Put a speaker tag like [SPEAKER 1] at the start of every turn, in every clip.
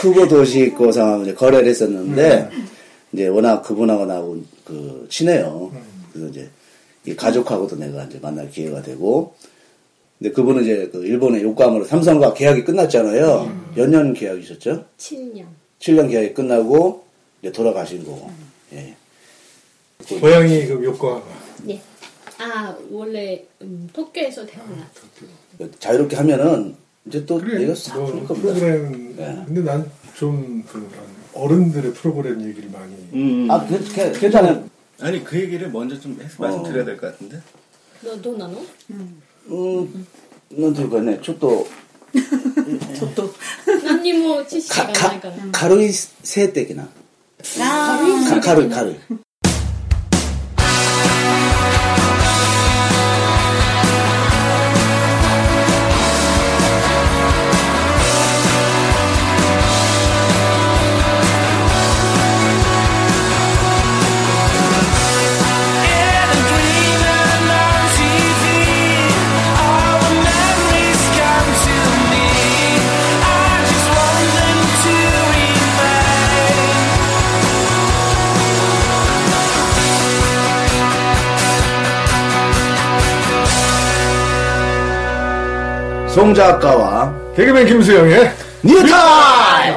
[SPEAKER 1] 후보 도시고 상황을 거래를 했었는데 이제 워낙 그분하고 나하고 그 친해요. 그래서 이제 이 가족하고도 내가 이제 만날 기회가 되고 근데 그분은 이제 그 일본의 요코하마로 삼성과 계약이 끝났잖아요. 몇 년 계약이셨죠?
[SPEAKER 2] 7년.
[SPEAKER 1] 7년 계약이 끝나고 이제 돌아가신 거고. 예.
[SPEAKER 3] 고향이 그 요코하마.
[SPEAKER 4] 네.
[SPEAKER 2] 예. 아, 원래 음, 도쿄에서 태어났어.
[SPEAKER 1] 자유롭게 하면은 이제 또
[SPEAKER 3] 그래.
[SPEAKER 1] 얘가 싹 풀릴
[SPEAKER 3] 뭐
[SPEAKER 1] 겁니다.
[SPEAKER 3] 프로그램.
[SPEAKER 1] 그러니까 네.
[SPEAKER 3] 근데 난좀 그 어른들의 프로그램 얘기를 많이.
[SPEAKER 1] 아, 그, 그, 괜찮아요.
[SPEAKER 5] 아니 그 얘기를 먼저 좀 해서 말씀드려야 될 것 같은데
[SPEAKER 2] 너, 도 나노?
[SPEAKER 1] 음, 넌 들거네. 저도
[SPEAKER 6] ちょっと。
[SPEAKER 2] 난니모 뭐 지시가
[SPEAKER 1] 가, 가,
[SPEAKER 2] 나니까.
[SPEAKER 1] 가루이 세 떼기나.
[SPEAKER 6] あ
[SPEAKER 1] 가, 가루, 가루. 송작가와
[SPEAKER 3] 개그맨 김수영의
[SPEAKER 1] 뉴타임!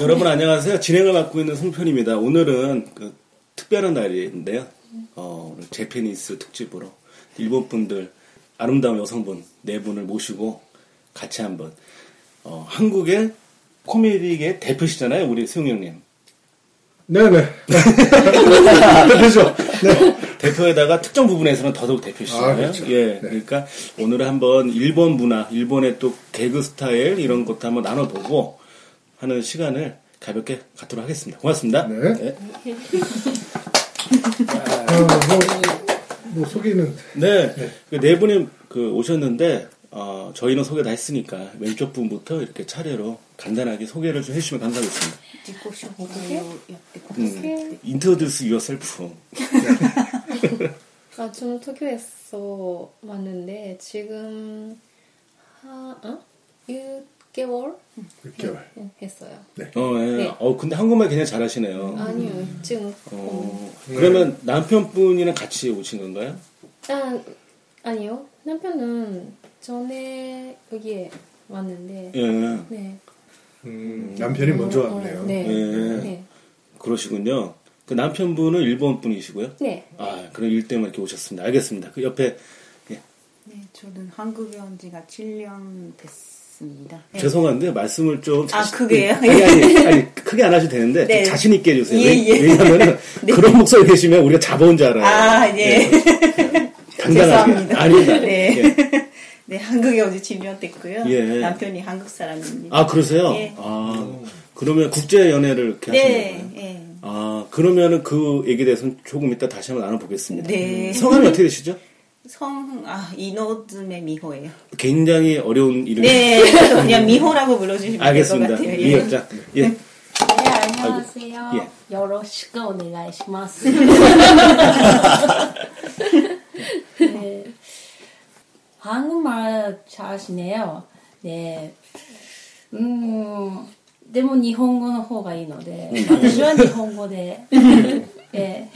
[SPEAKER 5] 여러분 안녕하세요 진행을 맡고 있는 송편입니다 오늘은 그 특별한 날인데요 어, 오늘 제페니스 특집으로 일본 분들 아름다운 여성분 네 분을 모시고 같이 한번 어, 한국의 코미디계 대표시잖아요 우리 수용 형님
[SPEAKER 3] 네네. 대표죠. 네.
[SPEAKER 5] 대표에다가 특정 부분에서는 더더욱 대표시잖아요.
[SPEAKER 3] 아, 그렇죠.
[SPEAKER 5] 예, 그러니까 오늘 한번 일본 문화, 일본의 또 개그 스타일 이런 것도 한번 나눠보고 하는 시간을 가볍게 갖도록 하겠습니다. 고맙습니다.
[SPEAKER 3] 네. 어, 뭐, 뭐 속이는
[SPEAKER 5] 네, 그네 분이 그 오셨는데 어, 저희는 소개 다 했으니까 왼쪽 분부터 이렇게 차례로 간단하게 소개를 좀 해주시면 감사하겠습니다.
[SPEAKER 6] 自己紹介をやってください。
[SPEAKER 5] 음, 인트로듀스 유어셀프.
[SPEAKER 2] 아, 저는 도쿄에서 왔는데 지금 한 어? 6개월 네,
[SPEAKER 3] 육개월.
[SPEAKER 2] 했어요.
[SPEAKER 5] 어, 예.
[SPEAKER 2] 네.
[SPEAKER 5] 어, 근데 한국말 굉장히 잘하시네요.
[SPEAKER 2] 아니요,
[SPEAKER 7] 음.
[SPEAKER 2] 지금 어.
[SPEAKER 5] 어, 그러면 남편분이랑 같이 오신 건가요?
[SPEAKER 2] 아, 아니요. 남편은 전에 여기에 왔는데
[SPEAKER 5] 예.
[SPEAKER 2] 네.
[SPEAKER 3] 음, 남편이 먼저 왔네요.
[SPEAKER 2] 어, 네.
[SPEAKER 5] 예.
[SPEAKER 2] 네.
[SPEAKER 5] 그러시군요. 그 남편분은 일본 분이시고요.
[SPEAKER 2] 네.
[SPEAKER 5] 아, 그럼 일 때문에 이렇게 오셨습니다. 알겠습니다. 그 옆에 예.
[SPEAKER 6] 네, 저는 한국에 온 지가 7년 됐습니다. 네.
[SPEAKER 5] 죄송한데 말씀을 좀 예,
[SPEAKER 6] 아, 그게요?
[SPEAKER 5] 아니 아니, 아니, 크게 안 하셔도 되는데
[SPEAKER 6] 네.
[SPEAKER 5] 좀 자신 있게 해주세요.
[SPEAKER 6] 예, 예.
[SPEAKER 5] 왜냐하면
[SPEAKER 6] 네.
[SPEAKER 5] 그런 목소리 계시면 우리가 잡아온 줄 알아요.
[SPEAKER 6] 아, 예.
[SPEAKER 5] 당당하게.
[SPEAKER 6] 죄송합니다.
[SPEAKER 5] 아니다.
[SPEAKER 6] 네. 네, 한국에 온 지 7년 됐고요.
[SPEAKER 5] 예.
[SPEAKER 6] 남편이 한국 사람입니다.
[SPEAKER 5] 아 그러세요?
[SPEAKER 6] 예.
[SPEAKER 5] 아 그러면 국제 연애를 이렇게 하시는
[SPEAKER 6] 네,
[SPEAKER 5] 거예요?
[SPEAKER 6] 예.
[SPEAKER 5] 아 그러면은 그 얘기에 대해서는 조금 이따 다시 한번 나눠보겠습니다.
[SPEAKER 6] 네.
[SPEAKER 5] 성함이 어떻게 되시죠?
[SPEAKER 6] 성, 아, 이노즈메 미호예요.
[SPEAKER 5] 굉장히 어려운 이름.
[SPEAKER 6] 네, 그냥 미호라고 불러주시면 될 것
[SPEAKER 5] 알겠습니다.
[SPEAKER 6] 같아요. 예.
[SPEAKER 5] 리역장. 예.
[SPEAKER 4] 네, 안녕하세요.
[SPEAKER 5] 예.
[SPEAKER 4] 요로시크 오네가이시마스. 네. 한국말 잘하시네요. 네. 음, でも日本語の方がいいので、私は日本語で。え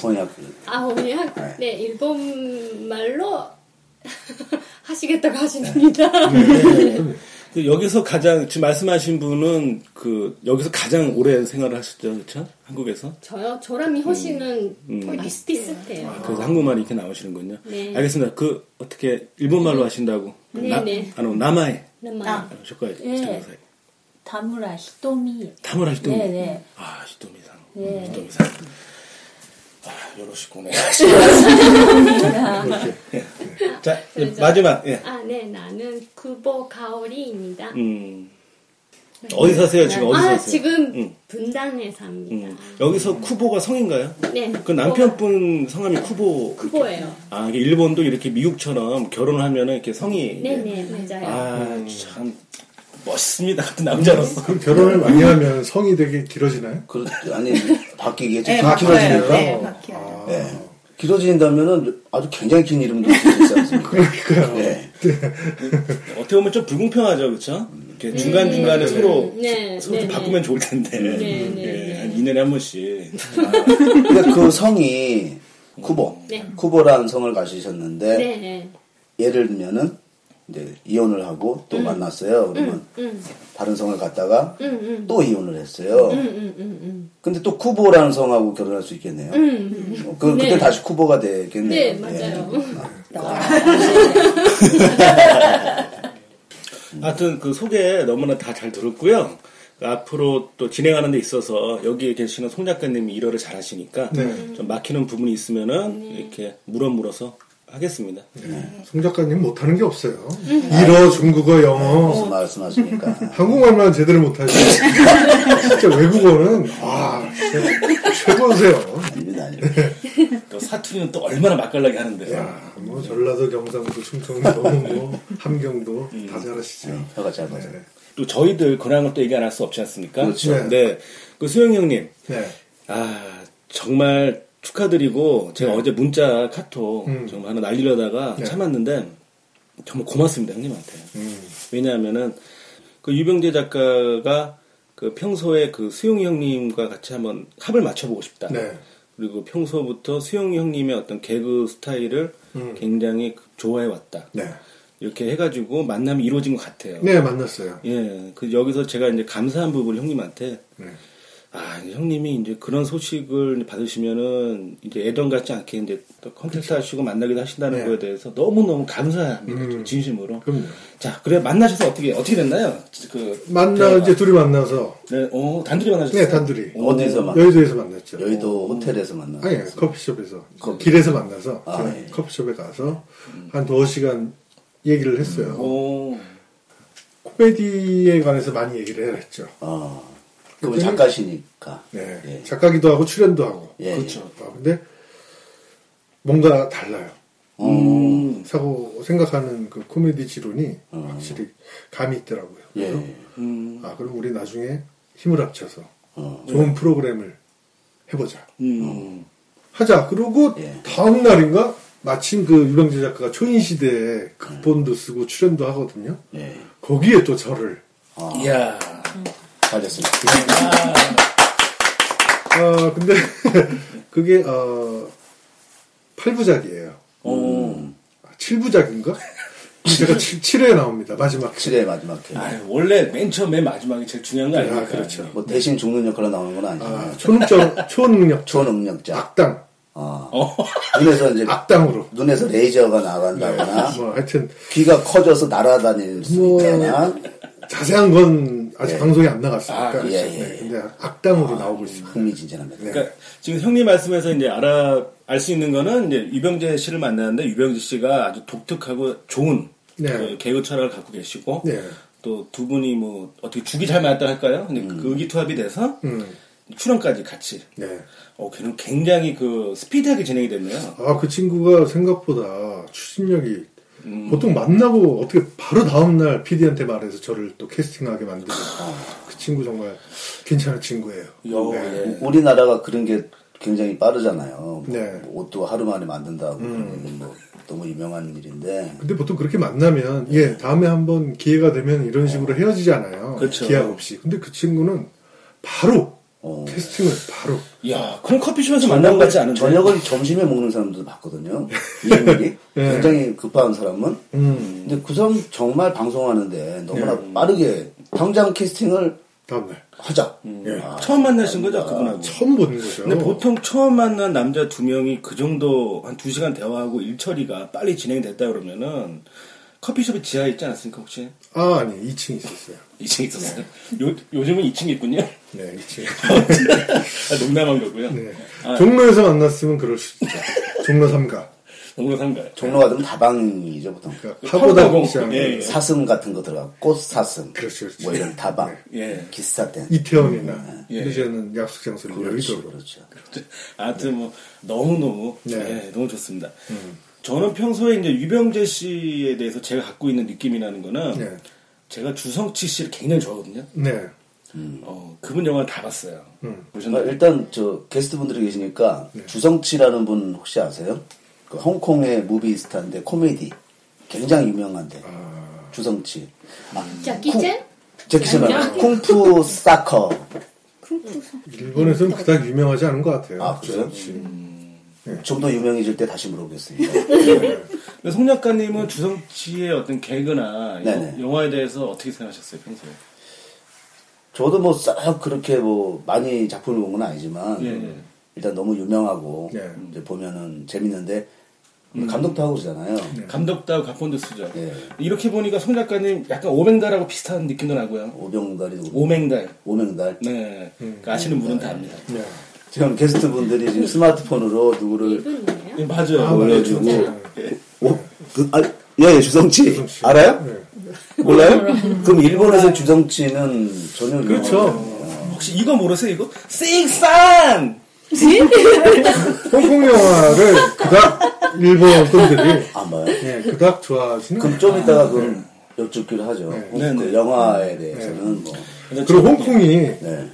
[SPEAKER 1] 번역.
[SPEAKER 2] 아, 그냥 네, 일본 말로 하시겠다고 하십니다.
[SPEAKER 5] 네. 그 여기서 가장 지금 말씀하신 분은 그 여기서 가장 오래 생활을 하셨죠, 그렇죠? 한국에서.
[SPEAKER 2] 저요? 저랑 미호 씨는
[SPEAKER 5] 음.
[SPEAKER 2] 거의 비슷비슷해요.
[SPEAKER 5] 아, 그래서 한국말이 이렇게 나오시는군요.
[SPEAKER 2] 네.
[SPEAKER 5] 알겠습니다. 그 어떻게 일본말로 하신다고?
[SPEAKER 2] 네,
[SPEAKER 5] 나,
[SPEAKER 2] 네.
[SPEAKER 5] 아니 남아에
[SPEAKER 2] 남아.
[SPEAKER 6] 아,
[SPEAKER 5] 조카
[SPEAKER 4] 네.
[SPEAKER 5] 장사에
[SPEAKER 4] 田村ひとみ。
[SPEAKER 5] 다무라 히토미.
[SPEAKER 4] 네, 네.
[SPEAKER 5] 아 히토미상.
[SPEAKER 4] 네.
[SPEAKER 5] 히토미상. 아 요러시코네. 자 이제 마지막. 예.
[SPEAKER 2] 아, 네, 나는 구보 가오리입니다.
[SPEAKER 5] 음 어디 사세요 지금 어디
[SPEAKER 2] 아,
[SPEAKER 5] 사세요?
[SPEAKER 2] 지금
[SPEAKER 5] 음.
[SPEAKER 2] 분당에 삽니다.
[SPEAKER 5] 음. 여기서 쿠보가 성인가요?
[SPEAKER 2] 네.
[SPEAKER 5] 그 남편분 성함이 쿠보.
[SPEAKER 2] 구보예요.
[SPEAKER 5] 아, 이게 일본도 이렇게 미국처럼 결혼을 하면 이렇게 성이.
[SPEAKER 2] 네, 네, 맞아요.
[SPEAKER 5] 아, 참, 멋있습니다. 같은 남자로서.
[SPEAKER 3] 아, 그럼 결혼을 많이 하면 성이 되게 길어지나요?
[SPEAKER 1] 그, 아니, 바뀌겠죠.
[SPEAKER 6] 네,
[SPEAKER 1] 다
[SPEAKER 6] 바꿔요.
[SPEAKER 1] 키워지니까.
[SPEAKER 6] 네, 바뀌어요.
[SPEAKER 1] 네. 길어진다면은 아주 굉장히 긴 이름도 쓸수 있지 않습니까? 그러니까요. 네.
[SPEAKER 5] 어떻게 보면 좀 불공평하죠, 그렇죠? 이렇게 중간 중간에 서로
[SPEAKER 2] 네,
[SPEAKER 5] 서로
[SPEAKER 2] 네,
[SPEAKER 5] 좀 바꾸면 좋을 텐데
[SPEAKER 2] 네, 네,
[SPEAKER 5] 예,
[SPEAKER 2] 네.
[SPEAKER 5] 한 2년에 한 번씩
[SPEAKER 1] 근데 그 성이 쿠보,
[SPEAKER 2] 네.
[SPEAKER 1] 쿠보라는 성을 가지셨는데
[SPEAKER 2] 네, 네.
[SPEAKER 1] 예를 들면은 이제 이혼을 하고 또 만났어요. 그러면
[SPEAKER 2] 음,
[SPEAKER 1] 다른 성을 갔다가
[SPEAKER 2] 음, 음.
[SPEAKER 1] 또 이혼을 했어요.
[SPEAKER 2] 음, 음, 음,
[SPEAKER 1] 근데 또 쿠보라는 성하고 결혼할 수 있겠네요.
[SPEAKER 2] 음. 음.
[SPEAKER 1] 어, 그, 그때
[SPEAKER 2] 네.
[SPEAKER 1] 다시 쿠보가 되겠네요.
[SPEAKER 2] 네, 맞아요.
[SPEAKER 5] 하여튼 그 소개 너무나 다 잘 들었고요. 앞으로 또 진행하는 데 있어서 여기에 계시는 송 작가님이 일화를 잘 하시니까
[SPEAKER 3] 네.
[SPEAKER 5] 좀 막히는 부분이 있으면은 이렇게 물어물어서 하겠습니다.
[SPEAKER 3] 네. 송 작가님 못하는 게 없어요. 일어 중국어 영어
[SPEAKER 2] 뭐.
[SPEAKER 1] 무슨 말씀하십니까?
[SPEAKER 3] 한국말만 제대로 못하지. 진짜 외국어는 아 진짜 최고세요.
[SPEAKER 1] 아닙니다, 아닙니다.
[SPEAKER 5] 또 사투리는 또 얼마나 맛깔나게 하는데요.
[SPEAKER 3] 야, 뭐 전라도, 경상도, 충청도, 뭐 함경도 다 잘하시죠.
[SPEAKER 1] 혀가 짧아서.
[SPEAKER 3] 네.
[SPEAKER 5] 또 저희들 근황을 또 얘기 안 할 수 없지 않습니까?
[SPEAKER 3] 그렇죠.
[SPEAKER 5] 네. 그 수영 형님,
[SPEAKER 3] 네.
[SPEAKER 5] 아 정말 축하드리고 제가 어제 문자 카톡
[SPEAKER 3] 네. 음.
[SPEAKER 5] 정말 하나 날리려다가
[SPEAKER 3] 네.
[SPEAKER 5] 참았는데 정말 고맙습니다 형님한테.
[SPEAKER 3] 음.
[SPEAKER 5] 왜냐하면은 그 유병재 작가가 그 평소에 그 수용 형님과 같이 한번 합을 맞춰보고 싶다.
[SPEAKER 3] 네.
[SPEAKER 5] 그리고 평소부터 수용 형님의 어떤 개그 스타일을
[SPEAKER 3] 음.
[SPEAKER 5] 굉장히 그 좋아해 왔다.
[SPEAKER 3] 네.
[SPEAKER 5] 이렇게 해가지고 만남이 이루어진 것 같아요.
[SPEAKER 3] 네, 만났어요.
[SPEAKER 5] 예, 그 여기서 제가 이제 감사한 부분을 형님한테
[SPEAKER 3] 네.
[SPEAKER 5] 아 이제 형님이 이제 그런 소식을 받으시면은 이제 예전 같지 않게 이제 또 컨택트 하시고 만나기도 하신다는
[SPEAKER 3] 네.
[SPEAKER 5] 거에 대해서 너무 너무 감사합니다.
[SPEAKER 3] 음.
[SPEAKER 5] 좀 진심으로.
[SPEAKER 3] 그럼요.
[SPEAKER 5] 자, 그래 만나셔서 어떻게 어떻게 됐나요? 그
[SPEAKER 3] 만나
[SPEAKER 5] 대화가.
[SPEAKER 3] 이제 둘이 네, 만나서
[SPEAKER 5] 네, 어 단둘이 만나셨어요.
[SPEAKER 3] 네 네. 단둘이
[SPEAKER 1] 어디서 만
[SPEAKER 3] 여의도에서 만났죠.
[SPEAKER 1] 여의도 호텔에서 만나.
[SPEAKER 3] 아니 커피숍에서
[SPEAKER 1] 커피.
[SPEAKER 3] 길에서 만나서
[SPEAKER 1] 아,
[SPEAKER 3] 그냥
[SPEAKER 1] 예.
[SPEAKER 3] 커피숍에 가서 한 두어 시간 얘기를 음. 했어요.
[SPEAKER 5] 오,
[SPEAKER 3] 코미디에 관해서 많이 얘기를 했죠.
[SPEAKER 1] 어, 그 작가시니까.
[SPEAKER 3] 네.
[SPEAKER 1] 예.
[SPEAKER 3] 작가기도 하고 출연도 하고.
[SPEAKER 1] 예,
[SPEAKER 5] 그렇죠.
[SPEAKER 3] 아, 근데 뭔가 달라요.
[SPEAKER 5] 음,
[SPEAKER 3] 사고 생각하는 그 코미디 지론이 확실히 감이 있더라고요.
[SPEAKER 1] 어. 예. 예.
[SPEAKER 3] 그래서
[SPEAKER 5] 음,
[SPEAKER 3] 아 그럼 우리 나중에 힘을 합쳐서
[SPEAKER 1] 어.
[SPEAKER 3] 좋은 프로그램을 해보자.
[SPEAKER 5] 네. 음,
[SPEAKER 3] 하자. 그러고
[SPEAKER 1] 예.
[SPEAKER 3] 다음 날인가 마침 그 유병재 작가가
[SPEAKER 1] 네.
[SPEAKER 3] 초인시대에 극본도 쓰고 출연도 하거든요.
[SPEAKER 1] 예.
[SPEAKER 3] 거기에 또 저를
[SPEAKER 5] 이야,
[SPEAKER 1] 잘됐습니다.
[SPEAKER 3] 아 근데 그게 어 8부작이에요.
[SPEAKER 5] 오,
[SPEAKER 1] 어.
[SPEAKER 3] 7부작인가? 제가 7, 회에 나옵니다. 마지막.
[SPEAKER 1] 7회 마지막 회.
[SPEAKER 5] 아유, 원래 맨 처음 맨 마지막이 제일 중요한 거 아닙니까?
[SPEAKER 3] 아, 그렇죠.
[SPEAKER 1] 뭐 대신 죽는 역할로 나오는 건 아니잖아요.
[SPEAKER 3] 아, 초능력, 초능력,
[SPEAKER 1] 초능력자.
[SPEAKER 3] 악당,
[SPEAKER 1] 어.
[SPEAKER 5] 어,
[SPEAKER 1] 눈에서
[SPEAKER 3] 아,
[SPEAKER 1] 이제
[SPEAKER 3] 악당으로.
[SPEAKER 1] 눈에서 레이저가 나간다거나
[SPEAKER 3] 뭐 하여튼
[SPEAKER 1] 귀가 커져서 날아다닐 수
[SPEAKER 3] 뭐.
[SPEAKER 1] 있거나
[SPEAKER 3] 자세한 건 아직
[SPEAKER 1] 예.
[SPEAKER 3] 방송에 안 나갔으니까.
[SPEAKER 5] 아, 그렇죠.
[SPEAKER 1] 예, 예,
[SPEAKER 3] 네,
[SPEAKER 1] 예.
[SPEAKER 3] 근데 악당으로 나오고 있습니다.
[SPEAKER 1] 흥미진진합니다.
[SPEAKER 3] 네.
[SPEAKER 5] 그러니까 지금 형님 말씀에서 이제 알아 알 수 있는 거는 이제 유병재 씨를 만났는데 유병재 씨가 아주 독특하고 좋은
[SPEAKER 3] 네.
[SPEAKER 5] 그 개그 철학을 갖고 계시고
[SPEAKER 3] 네.
[SPEAKER 5] 또 두 분이 뭐 어떻게 죽이 잘 맞았다 할까요? 근데
[SPEAKER 1] 음.
[SPEAKER 5] 그 의기투합이 돼서
[SPEAKER 3] 음.
[SPEAKER 5] 출연까지 같이.
[SPEAKER 3] 네.
[SPEAKER 5] 어, 걔는 굉장히 그 스피드하게 진행이 됐네요.
[SPEAKER 3] 아, 그 친구가 생각보다 추진력이
[SPEAKER 1] 음.
[SPEAKER 3] 보통 만나고 어떻게 바로 다음날 PD한테 말해서 저를 또 캐스팅하게 만드는
[SPEAKER 1] 아.
[SPEAKER 3] 그 친구 정말 괜찮은 친구예요.
[SPEAKER 5] 여,
[SPEAKER 3] 네.
[SPEAKER 5] 예.
[SPEAKER 1] 그러니까 우리나라가 그런 게 굉장히 빠르잖아요. 뭐
[SPEAKER 3] 네. 음.
[SPEAKER 1] 옷도 하루 만에 만든다고 그런 게뭐 너무 유명한 일인데
[SPEAKER 3] 근데 보통 그렇게 만나면
[SPEAKER 1] 네.
[SPEAKER 3] 예 다음에 한번 기회가 되면 이런 식으로 헤어지잖아요.
[SPEAKER 5] 그렇죠.
[SPEAKER 3] 기약 없이. 근데 그 친구는 바로
[SPEAKER 1] 어.
[SPEAKER 3] 캐스팅을 바로
[SPEAKER 5] 야, 그럼 커피숍에서 만난 것 같지 않은데?
[SPEAKER 1] 저녁을 점심에 먹는 사람들도 봤거든요. 이인물이
[SPEAKER 3] 예.
[SPEAKER 1] 굉장히 급한 사람은.
[SPEAKER 3] 음. 네.
[SPEAKER 1] 근데 그 사람 정말 방송하는데 너무나 빠르게 당장 캐스팅을
[SPEAKER 3] 다음날
[SPEAKER 1] 하자.
[SPEAKER 3] 예.
[SPEAKER 1] 아,
[SPEAKER 5] 처음 만나신 거죠, 그분하고?
[SPEAKER 3] 처음 보는 거죠.
[SPEAKER 5] 근데 보통 처음 만난 남자 두 명이 그 정도 한 두 시간 대화하고 일처리가 빨리 진행됐다 그러면은 커피숍에 지하에 있지 않았습니까, 혹시?
[SPEAKER 3] 아 아니 2층 있었어요.
[SPEAKER 5] 2층에 있었어요. 요, 요즘은 2층에 있군요.
[SPEAKER 3] 네 2층.
[SPEAKER 5] 아, 농담한 거고요.
[SPEAKER 3] 네.
[SPEAKER 5] 아,
[SPEAKER 3] 종로에서 만났으면 그럴 수 있죠. 종로 3가
[SPEAKER 5] 농담 상가요.
[SPEAKER 1] 종로 가면 다방이죠 보통.
[SPEAKER 3] 그러니까 파고다
[SPEAKER 5] 파고다공.
[SPEAKER 3] 시장
[SPEAKER 5] 예, 예.
[SPEAKER 1] 사슴 같은 거 들어가 꽃 사슴.
[SPEAKER 3] 그렇죠, 그렇죠.
[SPEAKER 1] 뭐 이런 다방.
[SPEAKER 5] 예.
[SPEAKER 1] 기스타店.
[SPEAKER 3] 이태원이나
[SPEAKER 5] 예.
[SPEAKER 3] 이제는 약속 장소를
[SPEAKER 1] 그렇죠,
[SPEAKER 3] 여의도.
[SPEAKER 1] 그렇죠.
[SPEAKER 5] 아무튼 뭐 너무너무
[SPEAKER 3] 네.
[SPEAKER 5] 예, 너무 좋습니다. 저는 평소에 이제 유병재 씨에 대해서 제가 갖고 있는 느낌이라는 거는
[SPEAKER 3] 네.
[SPEAKER 5] 제가 주성치 씨를 굉장히 좋아하거든요.
[SPEAKER 3] 네.
[SPEAKER 1] 음.
[SPEAKER 5] 어, 그분 영화 다 봤어요.
[SPEAKER 1] 아,
[SPEAKER 5] 보셨나요?
[SPEAKER 1] 일단 저 게스트 분들이 계시니까
[SPEAKER 3] 네.
[SPEAKER 1] 주성치라는 분 혹시 아세요? 그 홍콩의 무비스타인데 코미디
[SPEAKER 3] 아.
[SPEAKER 1] 굉장히 유명한데 주성치 아,
[SPEAKER 2] 자키젠?
[SPEAKER 1] 제키슨 말고 쿵푸 사커
[SPEAKER 3] 일본에서는 그닥 유명하지 않은 것 같아요.
[SPEAKER 1] 아, 그래요?
[SPEAKER 3] 그렇지. 네.
[SPEAKER 1] 좀 더 유명해질 때 다시 물어보겠습니다. 아.
[SPEAKER 5] 근데 송 작가님은 주성치의 어떤 개그나
[SPEAKER 1] 네네.
[SPEAKER 5] 영- 영화에 대해서 어떻게 생각하셨어요 평소에?
[SPEAKER 1] 저도 뭐 싹 그렇게 뭐 많이 작품을 본 건 아니지만
[SPEAKER 5] 예, 예.
[SPEAKER 1] 일단 너무 유명하고
[SPEAKER 3] 예.
[SPEAKER 1] 이제 보면은 재밌는데 뭐 감독도 하고 그러잖아요.
[SPEAKER 3] 음. 네.
[SPEAKER 5] 감독도 각본도 쓰죠.
[SPEAKER 1] 예.
[SPEAKER 5] 이렇게 보니까 송 작가님 약간 오맹달하고 비슷한 느낌도 나고요.
[SPEAKER 1] 오병달이도 그렇고,
[SPEAKER 5] 오맹달.
[SPEAKER 1] 오명달.
[SPEAKER 5] 네. 그 아시는 분은 다 압니다.
[SPEAKER 3] 네.
[SPEAKER 1] 지금 게스트 분들이 지금 스마트폰으로 누구를
[SPEAKER 2] 이분 뭐예요?
[SPEAKER 5] 예, 맞아요.
[SPEAKER 3] 아,
[SPEAKER 5] 원래
[SPEAKER 3] 맞아요.
[SPEAKER 5] 주-
[SPEAKER 3] 진짜.
[SPEAKER 5] 예.
[SPEAKER 1] 오, 그, 아, 예, 예, 주성치.
[SPEAKER 3] 주성치.
[SPEAKER 1] 알아요?
[SPEAKER 3] 네.
[SPEAKER 1] 몰라요? 그럼 일본에서 주성치는 전혀
[SPEAKER 3] 그렇죠.
[SPEAKER 5] 혹시 이거 모르세요? 이거 식산.
[SPEAKER 3] 홍콩 영화를 그닥 일본 분들이
[SPEAKER 1] 안 봐요.
[SPEAKER 3] 예, 그닥 좋아하시는
[SPEAKER 1] 그럼 좀 이따가 그럼
[SPEAKER 3] 네.
[SPEAKER 1] 여쭙기로 하죠. 그
[SPEAKER 5] 네, 네.
[SPEAKER 1] 영화에 대해서는 뭐.
[SPEAKER 5] 그렇죠.
[SPEAKER 3] 그리고 홍콩이
[SPEAKER 1] 네.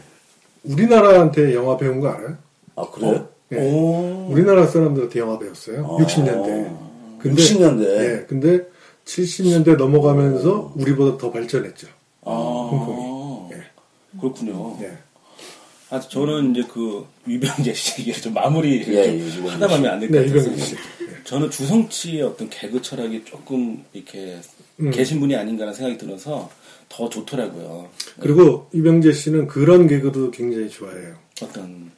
[SPEAKER 3] 우리나라한테 영화 배운 거 알아요?
[SPEAKER 1] 아,
[SPEAKER 3] 어?
[SPEAKER 1] 그래요?
[SPEAKER 5] 오.
[SPEAKER 3] 우리나라 사람들한테 영화 배웠어요. 60년대. 근데,
[SPEAKER 1] 아, 60년대.
[SPEAKER 3] 예, 근데 70년대 넘어가면서 우리보다 더 발전했죠.
[SPEAKER 5] 아. 그렇군요.
[SPEAKER 3] 예.
[SPEAKER 5] 아, 저는 이제 그 유병재 씨 얘기를 좀 마무리
[SPEAKER 1] 예, 예,
[SPEAKER 5] 좀
[SPEAKER 1] 유병재
[SPEAKER 5] 하다 보면 안 될
[SPEAKER 3] 네,
[SPEAKER 5] 것 같아서
[SPEAKER 3] 유병재 씨.
[SPEAKER 5] 저는 주성치의 어떤 개그 철학이 조금 이렇게
[SPEAKER 3] 음.
[SPEAKER 5] 계신 분이 아닌가라는 생각이 들어서 더 좋더라고요.
[SPEAKER 3] 그리고 이병재 씨는 그런 개그도 굉장히 좋아해요.
[SPEAKER 5] 어떤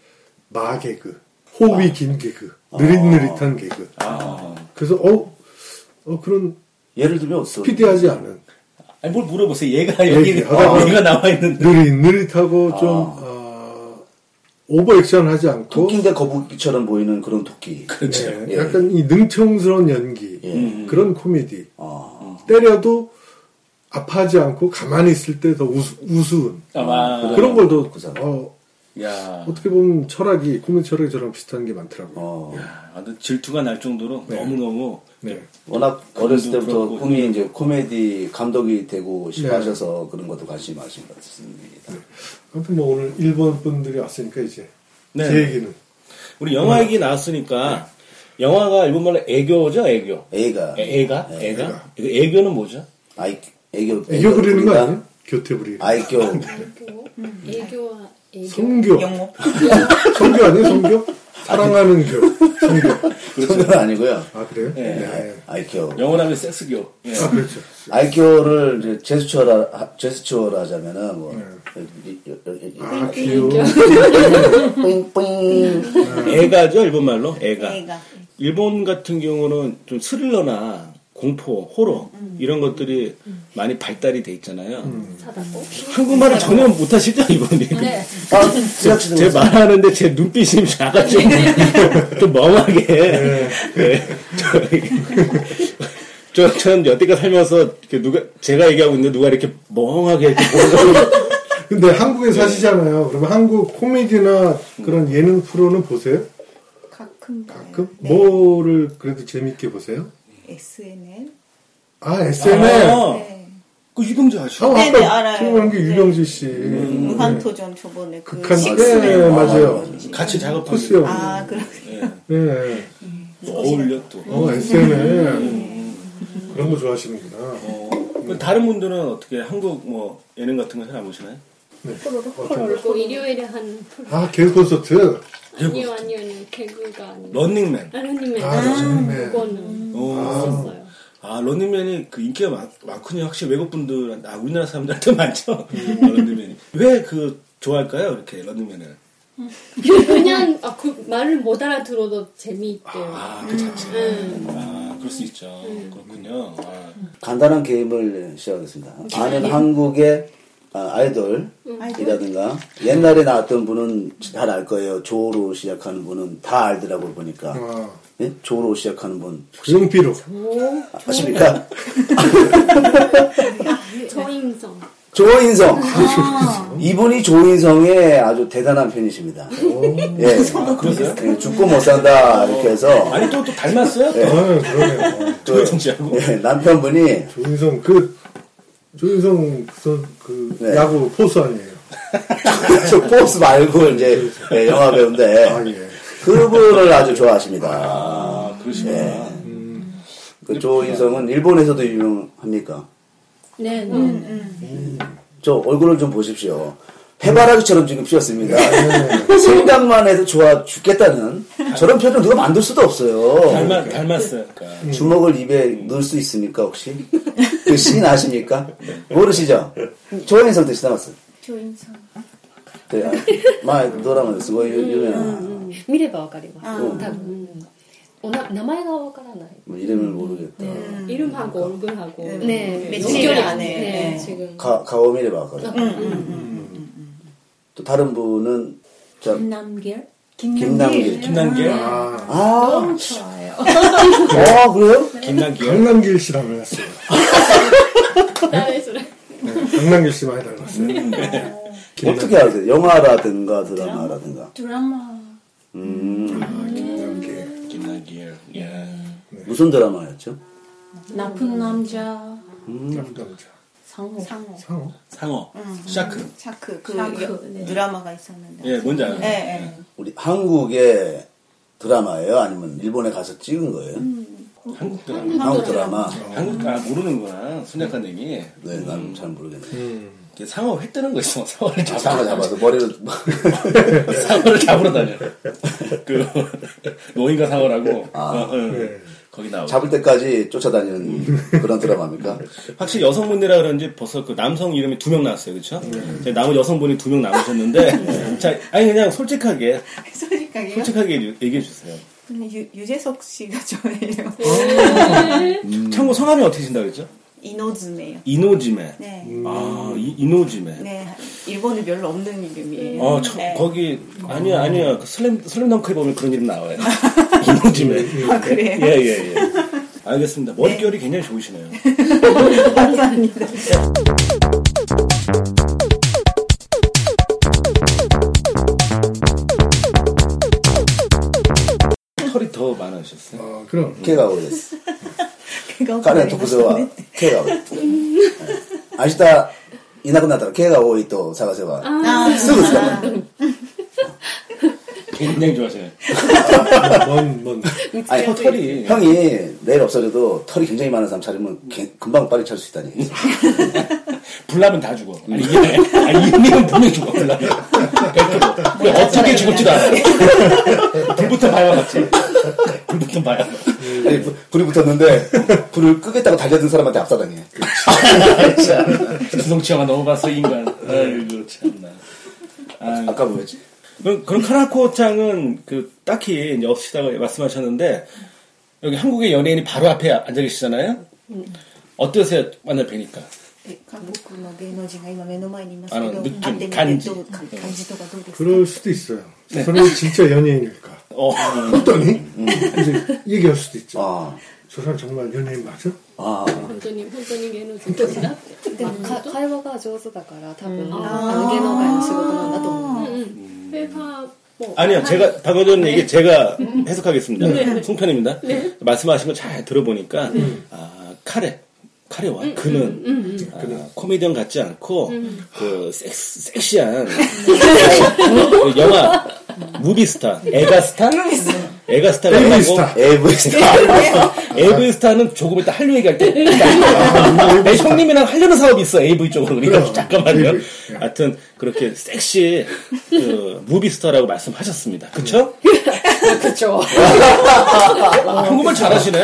[SPEAKER 3] 마 개그, 호흡이
[SPEAKER 1] 아.
[SPEAKER 3] 긴 개그, 느릿느릿한 개그.
[SPEAKER 5] 아,
[SPEAKER 3] 그래서 어, 어 그런
[SPEAKER 1] 예를 들면 어떤?
[SPEAKER 3] 피디하지 않은
[SPEAKER 5] 아니 뭘 물어보세요. 얘가 여기
[SPEAKER 3] 얘기 하다가-
[SPEAKER 5] 어, 얘가 나와 있는데
[SPEAKER 3] 느릿느릿하고 좀 어, 오버 액션하지 않고
[SPEAKER 1] 아. 토끼인데 거북이처럼 보이는 그런 토끼.
[SPEAKER 5] 그렇죠.
[SPEAKER 3] 예,
[SPEAKER 1] 예.
[SPEAKER 3] 약간 이 능청스러운 연기
[SPEAKER 1] 예.
[SPEAKER 3] 그런 코미디
[SPEAKER 1] 아,
[SPEAKER 3] 때려도 아파하지 않고 가만히 있을 때 더 우스, 우스운
[SPEAKER 5] 아마
[SPEAKER 3] 그런 걸도
[SPEAKER 1] 그 사람.
[SPEAKER 3] 어,
[SPEAKER 5] 야,
[SPEAKER 3] 어떻게 보면 철학이 코미디 철학이 저랑 비슷한 게 많더라고요.
[SPEAKER 1] 어.
[SPEAKER 5] 야, 아주 질투가 날 정도로 너무 너무
[SPEAKER 3] 네.
[SPEAKER 1] 워낙 어렸을
[SPEAKER 5] 그분도
[SPEAKER 1] 때부터
[SPEAKER 5] 그렇고.
[SPEAKER 1] 꿈이 이제 코미디 감독이 되고 싶어
[SPEAKER 3] 네.
[SPEAKER 1] 하셔서 그런 것도 관심이 많으신 것 같습니다.
[SPEAKER 3] 아무튼 뭐 오늘 일본 분들이 왔으니까 이제
[SPEAKER 5] 네.
[SPEAKER 3] 제 얘기는
[SPEAKER 5] 우리 영화 얘기 나왔으니까 영화가 일본말로 애교죠, 애교.
[SPEAKER 1] A가.
[SPEAKER 5] 애, 애가? 네, 애가? 이거 애교는 뭐죠?
[SPEAKER 1] 아이, 애교.
[SPEAKER 3] 애교 그리는 거
[SPEAKER 1] 부리다.
[SPEAKER 3] 아니에요? 교태 부리
[SPEAKER 1] 네, 아이교.
[SPEAKER 2] 애교? 애교와 애교.
[SPEAKER 3] 성교
[SPEAKER 6] 영어.
[SPEAKER 3] 성교 아니에요? 성교? 사랑하는 교 성교
[SPEAKER 1] 그건 아니고요.
[SPEAKER 3] 아 그래요?
[SPEAKER 5] 네.
[SPEAKER 1] 아이교.
[SPEAKER 5] 영어로 하면 섹스교. 예.
[SPEAKER 3] 아 그렇죠
[SPEAKER 1] 아이큐를 이제 제스처라 하- 제스처로 하자면은 뭐 이- 이- 이-
[SPEAKER 3] 아 귀여워
[SPEAKER 1] 이- 뿌잉뿌잉
[SPEAKER 5] 음. 애가죠, 일본말로? 애가.
[SPEAKER 6] 애가.
[SPEAKER 5] 일본 같은 경우는 좀 스릴러나 공포, 호러 이런 것들이 많이 발달이 돼 있잖아요.
[SPEAKER 2] 사다고?
[SPEAKER 5] 한국말을 전혀 못하시죠, 이번에?
[SPEAKER 4] 네.
[SPEAKER 1] 아 지나치는
[SPEAKER 5] 제
[SPEAKER 3] 음.
[SPEAKER 1] 거죠.
[SPEAKER 5] 말하는데 제 눈빛이 작아지고 좀 멍하게 네. 저, 저, 저는 여태까지 살면서 이렇게 누가 제가 얘기하고 있는데 누가 이렇게 멍하게 이렇게 보는 거
[SPEAKER 3] 근데 한국에 사시잖아요 그러면 한국 코미디나 그런 예능 프로는 보세요?
[SPEAKER 6] 가끔 네.
[SPEAKER 3] 가끔? 뭐를 그래도 재밌게 보세요?
[SPEAKER 6] SNL.
[SPEAKER 3] 아 SNL
[SPEAKER 5] 어.
[SPEAKER 3] 아,
[SPEAKER 6] 네.
[SPEAKER 5] 그 유병재 아시죠?
[SPEAKER 6] 네, 네,
[SPEAKER 3] 아까
[SPEAKER 6] 알아요.
[SPEAKER 3] 들어온 게
[SPEAKER 6] 네.
[SPEAKER 3] 유병지 씨
[SPEAKER 6] 음.
[SPEAKER 5] 음, 네.
[SPEAKER 6] 무한도전 저번에 그
[SPEAKER 3] 극한
[SPEAKER 6] 식-
[SPEAKER 3] 네,
[SPEAKER 1] 아,
[SPEAKER 3] 맞아요.
[SPEAKER 5] 같이 작업한
[SPEAKER 3] 코스요.
[SPEAKER 6] 아, 그럼
[SPEAKER 3] 네.
[SPEAKER 5] 또 어울려 또.
[SPEAKER 3] 어 SNL
[SPEAKER 6] 네.
[SPEAKER 3] 그런 거 좋아하시는구나
[SPEAKER 5] 어, 그 다른 분들은 어떻게 한국 뭐 예능 같은 거 잘 안 보시나요?
[SPEAKER 2] 그리고 뭐 일요일에 한 프로.
[SPEAKER 3] 아 개그 콘서트
[SPEAKER 2] 아니요, 아니요, 아니요. 개그가 아니고.
[SPEAKER 5] 런닝맨.
[SPEAKER 2] 아르님의 네. 음.
[SPEAKER 3] 아, 런닝맨.
[SPEAKER 2] 그거는
[SPEAKER 5] 어.
[SPEAKER 2] 있었어요.
[SPEAKER 5] 아 런닝맨이 그 인기가 많, 많군요. 확실히 외국 분들한테 아 우리나라 사람들한테 많죠. 아, 런닝맨이 왜 그 좋아할까요? 이렇게 런닝맨을.
[SPEAKER 2] 그냥 아, 그 말을 못 알아들어도 재미있대요.
[SPEAKER 5] 아그 자체가.
[SPEAKER 6] 네.
[SPEAKER 2] 음.
[SPEAKER 5] 아 그럴 수 있죠. 그렇군요. 아,
[SPEAKER 1] 간단한 게임을 시작하겠습니다. 아는 한국의 아, 아이돌이라든가 옛날에 나왔던 분은 잘 알 거예요. 조로 시작하는 분은 다 알더라고 보니까
[SPEAKER 3] 아,
[SPEAKER 1] 예? 조로 시작하는 분
[SPEAKER 3] 조용필로
[SPEAKER 2] 오,
[SPEAKER 1] 아십니까?
[SPEAKER 2] 네. 저임성.
[SPEAKER 1] 조인성 이분이 조인성의 아주 대단한 팬이십니다. 예,
[SPEAKER 5] 아, 그러세요?
[SPEAKER 1] 예, 죽고 못 산다 이렇게 해서
[SPEAKER 5] 어. 아니 또 또 닮았어요?
[SPEAKER 3] 아
[SPEAKER 5] 네, 또
[SPEAKER 3] 그러네요 어,
[SPEAKER 5] 조현진하고.
[SPEAKER 1] 예, 남편분이
[SPEAKER 3] 조인성 그 조인성 선- 그
[SPEAKER 1] 네.
[SPEAKER 3] 야구 포수 아니에요
[SPEAKER 1] 저 포스 말고 이제 예, 영화
[SPEAKER 3] 아,
[SPEAKER 1] 배우인데
[SPEAKER 3] 예.
[SPEAKER 1] 그분을 아주 좋아하십니다.
[SPEAKER 5] 아, 그러시구나.
[SPEAKER 1] 그 조인성은 일본에서도 유명합니까? 음,
[SPEAKER 4] 네, 네.
[SPEAKER 1] 저 얼굴을 좀 보십시오. 해바라기처럼 지금 피었습니다. 생각만 해도 좋아 죽겠다는 저런 표정 누가 만들 수도 없어요.
[SPEAKER 5] 닮았, 닮았어요. 그러니까.
[SPEAKER 1] 주먹을 입에 넣을 수 있습니까 혹시? 그 신이 아십니까? 모르시죠? 조인성 대신 나왔어요. 네, 아, で、前ドラマですごい有名な、も
[SPEAKER 2] 見ればわかり
[SPEAKER 7] 아.
[SPEAKER 2] ます、多分おな名前がわからない
[SPEAKER 1] う入れ物ボルゲッ
[SPEAKER 2] 이름하고 얼굴하고
[SPEAKER 6] 네,
[SPEAKER 2] 연결이
[SPEAKER 6] 며칠
[SPEAKER 2] 안
[SPEAKER 6] 안에.
[SPEAKER 2] 돼.
[SPEAKER 6] 네.
[SPEAKER 2] 네, 지금
[SPEAKER 1] タか顔を見ればわかる、と다른 음. 분은 자,
[SPEAKER 4] 남길
[SPEAKER 1] 김남길.
[SPEAKER 5] 김남길?
[SPEAKER 3] 아,
[SPEAKER 1] 아,
[SPEAKER 4] 너무 좋아요.
[SPEAKER 1] 아 그래요?
[SPEAKER 5] 김남길?
[SPEAKER 3] 강남길 씨 닮았어요. 아, 네, 강남길 씨 많이 닮았어요.
[SPEAKER 1] 어떻게 아세요? 영화라든가 드라마라든가.
[SPEAKER 4] 드라마
[SPEAKER 1] 음,
[SPEAKER 3] 강남길.
[SPEAKER 5] 김남길. 예.
[SPEAKER 1] 무슨 드라마였죠?
[SPEAKER 4] 나쁜 남자
[SPEAKER 3] 남자.
[SPEAKER 4] 상호
[SPEAKER 6] 상호
[SPEAKER 3] 상호.
[SPEAKER 5] 상어.
[SPEAKER 6] 음.
[SPEAKER 5] 샤크.
[SPEAKER 6] 샤크 그
[SPEAKER 4] 샤크,
[SPEAKER 6] 여-
[SPEAKER 4] 네.
[SPEAKER 6] 드라마가 있었는데.
[SPEAKER 5] 예, 뭔지 알아요?
[SPEAKER 6] 예, 예.
[SPEAKER 1] 우리 한국의 드라마예요? 아니면 일본에 가서 찍은 거예요?
[SPEAKER 5] 한국 드라마.
[SPEAKER 1] 음, 한국 드라마?
[SPEAKER 5] 한국, 아, 모르는구나. 손약관님이.
[SPEAKER 1] 네, 난 잘 모르겠네.
[SPEAKER 3] 음.
[SPEAKER 5] 이렇게 상어 회 뜨는 거 있어. 상어를
[SPEAKER 1] 자,
[SPEAKER 5] 잡아.
[SPEAKER 1] 상어 잡아서 머리를.
[SPEAKER 5] 상어를 잡으러 다녀. 그, 노인과 상어라고. 어, 어, 거기 나오고.
[SPEAKER 1] 잡을 때까지 쫓아다니는 그런 드라마입니까?
[SPEAKER 5] 확실히 여성분이라 그런지 벌써 그 남성 이름이 두 명 나왔어요, 그쵸? 네. 나머지 여성분이 두 명 남으셨는데, 자, 아니, 그냥 솔직하게,
[SPEAKER 6] 솔직하게요.
[SPEAKER 5] 솔직하게 얘기- 얘기해 주세요.
[SPEAKER 6] 근데 유, 유재석 씨가 저예요.
[SPEAKER 5] 참고 성함이 어떻게 신다고 했죠?
[SPEAKER 6] 이노즈메요.
[SPEAKER 5] 이노지메.
[SPEAKER 6] 네.
[SPEAKER 5] 아, 이, 이노지메.
[SPEAKER 6] 네. 일본에 별로 없는 이름이에요.
[SPEAKER 5] 어, 참,
[SPEAKER 6] 네.
[SPEAKER 5] 거기, 아니야, 아니야. 그 슬램, 슬램덩크에 보면 그런 이름 나와요. 이노지메.
[SPEAKER 3] 네,
[SPEAKER 6] 아, 그래요? 네.
[SPEAKER 5] 예, 예, 예. 알겠습니다. 머릿결이 굉장히 좋으시네요.
[SPEAKER 6] 감사합니다.
[SPEAKER 5] 털이 더 많아지셨어요.
[SPEAKER 3] 아, 그럼.
[SPEAKER 1] 걔가 오래됐어.
[SPEAKER 6] 그거
[SPEAKER 1] 彼の特徴
[SPEAKER 6] 네.
[SPEAKER 1] は K が多い。 네. 明日いなくなったら K が多いと探せば、すぐ捕まる。
[SPEAKER 5] 굉장히 좋아하시네요.
[SPEAKER 3] 먼, 먼.
[SPEAKER 1] 아니,
[SPEAKER 5] 털, 털이.
[SPEAKER 1] 형이 내일 없어져도 털이 굉장히 많은 사람 찾으면 개- 금방 빨리 찾을 수 있다니.
[SPEAKER 5] 불나면 다 죽어. 아니, 얘, 아니, 얘는 분명히 죽어, 불나면. 100%.
[SPEAKER 6] 네,
[SPEAKER 5] 근데 어떻게 죽을지도 알아. 불부터 봐야 맞지. 불부터 봐야.
[SPEAKER 1] 아니, 불- 불이 붙었는데 불을 끄겠다고 달려든 사람한테 압사당해.
[SPEAKER 5] 주성치아가 넘어봤어, 이 인간. 아이고, 참나. 아유.
[SPEAKER 1] 아까 뭐였지?
[SPEAKER 5] 그럼, 그럼 카라코짱은 그 딱히 이제 없으시다고 말씀하셨는데 여기 한국의 연예인이 바로 앞에 앉아 계시잖아요. 어떠세요? 만나 뵈니까.
[SPEAKER 6] 韓国の芸能人が今目の前にいますけ
[SPEAKER 5] あの
[SPEAKER 6] ど、
[SPEAKER 5] 仏教
[SPEAKER 6] 会ってみ
[SPEAKER 5] 漢
[SPEAKER 6] て
[SPEAKER 5] 字
[SPEAKER 6] どう感じとかどうですか。
[SPEAKER 3] 그럴 수도 있어요. 저 사람이 진짜 연예인일까.
[SPEAKER 5] 어,
[SPEAKER 3] 어떠니? 이제 얘기할 수도 있죠.
[SPEAKER 1] 아,
[SPEAKER 3] 저 사람 정말 연예인 맞아?
[SPEAKER 1] 아,
[SPEAKER 2] 本当に本当に芸能人たちだって
[SPEAKER 7] でもか会話が上手だから多
[SPEAKER 2] 음.
[SPEAKER 7] 分、あの芸能界の仕事
[SPEAKER 2] 아.
[SPEAKER 7] なんだと思う
[SPEAKER 2] 회화 뭐
[SPEAKER 5] 아니요, 제가 방금 전에 얘기 제가 해석하겠습니다. 송편입니다. 말씀하신 거 잘 들어보니까 아, 카레, 카레와 그는 아, 코미디언 같지 않고 그 섹스, 섹시한 그 영화 무비스타, 에가스타, 에가스타를
[SPEAKER 3] 에이스타.
[SPEAKER 5] 하고
[SPEAKER 1] AV 스타.
[SPEAKER 5] AV 스타는 조금 이따 한류 얘기할 때. 내 아, 형님이랑 하려는 사업이 있어, AV 쪽으로. 그러니까
[SPEAKER 3] 그럼.
[SPEAKER 5] 잠깐만요.
[SPEAKER 3] AV.
[SPEAKER 5] 하여튼, 그렇게 섹시, 그, 무비 스타라고 말씀하셨습니다. 그쵸?
[SPEAKER 7] 그쵸
[SPEAKER 5] 아, 한국말 잘하시네.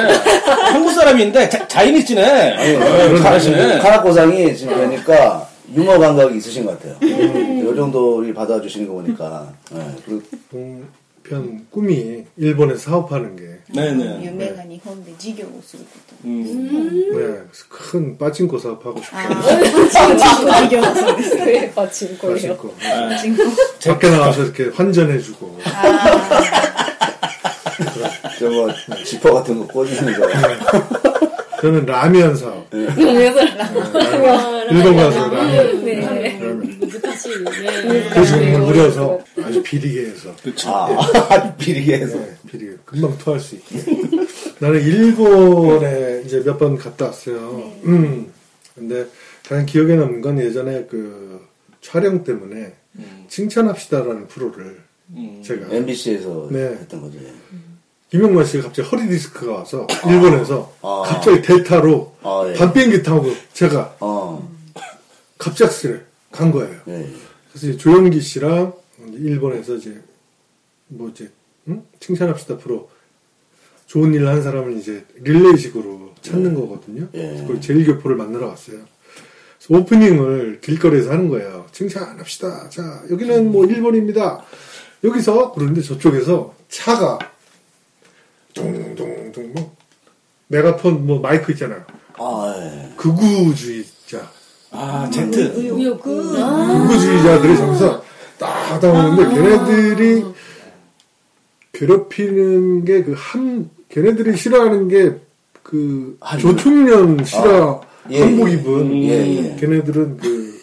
[SPEAKER 5] 한국 사람인데, 자, 자이니스네. 어, 잘하시네.
[SPEAKER 1] 카라코상이 지금 보니까 유머 감각이 있으신 것 같아요. 이 정도를 받아주시는 거 보니까. 네, 그리고
[SPEAKER 3] 동편 꿈이 일본에 사업하는 게.
[SPEAKER 5] 네네.
[SPEAKER 6] 夢が日本で事業をすること。
[SPEAKER 5] 음,
[SPEAKER 3] 네, 그래서 큰 빠진코 사업하고 싶어요.
[SPEAKER 7] 그래 마침고예요
[SPEAKER 3] 빠진코.
[SPEAKER 5] 제-
[SPEAKER 3] 밖에 나가서 이렇게 환전해주고.
[SPEAKER 1] 저거 지퍼 같은 거 꽂으시는 거.
[SPEAKER 3] 저는 라면 사업.
[SPEAKER 1] 네.
[SPEAKER 3] 네. 일본 가서 라면.
[SPEAKER 7] 네.
[SPEAKER 3] 라면.
[SPEAKER 2] 難しいよね
[SPEAKER 3] 그 정말 무려서 아주 비리게 해서.
[SPEAKER 5] 그쵸.
[SPEAKER 1] 아, 비리게 해서.
[SPEAKER 3] 네, 비리게. 금방 토할 수 있게. 나는 일본에 이제 몇 번 갔다 왔어요. 음. 근데 가장 기억에 남는 건 예전에 그 촬영 때문에
[SPEAKER 5] 음.
[SPEAKER 3] 칭찬합시다라는 프로를
[SPEAKER 5] 음.
[SPEAKER 3] 제가
[SPEAKER 1] MBC에서
[SPEAKER 3] 네.
[SPEAKER 1] 했던 거죠. 예.
[SPEAKER 3] 김영만 씨가 갑자기 허리 디스크가 와서 일본에서
[SPEAKER 1] 아.
[SPEAKER 3] 갑자기 델타로
[SPEAKER 1] 아, 예.
[SPEAKER 3] 밤 비행기 타고 제가
[SPEAKER 1] 어,
[SPEAKER 3] 갑작스레 간 거예요.
[SPEAKER 1] 예.
[SPEAKER 3] 그래서 이제 조영기 씨랑 일본에서 이제 뭐 이제 응? 칭찬합시다 프로 좋은 일을 한 사람을 이제 릴레이식으로 찾는 거거든요.
[SPEAKER 1] 예.
[SPEAKER 3] 그걸 제일교포를 만나러 왔어요. 그래서 오프닝을 길거리에서 하는 거예요. 칭찬합시다. 자 여기는 뭐 일본입니다. 여기서 그러는데 저쪽에서 차가 동동동 뭐 메가폰 뭐 마이크 있잖아요.
[SPEAKER 1] 아, 예. 뭐,
[SPEAKER 3] 극우주의자
[SPEAKER 5] 아, 제트.
[SPEAKER 2] 그
[SPEAKER 4] 의욕은
[SPEAKER 3] 군부주의자들이 점점 딱 나오는데 걔네들이 괴롭히는 게 그 한 걔네들이 싫어하는 게 그
[SPEAKER 1] 한류.
[SPEAKER 3] 조총련 싫어
[SPEAKER 1] 예,
[SPEAKER 3] 한복
[SPEAKER 1] 예.
[SPEAKER 3] 입은
[SPEAKER 1] 예, 예.
[SPEAKER 3] 걔네들은 그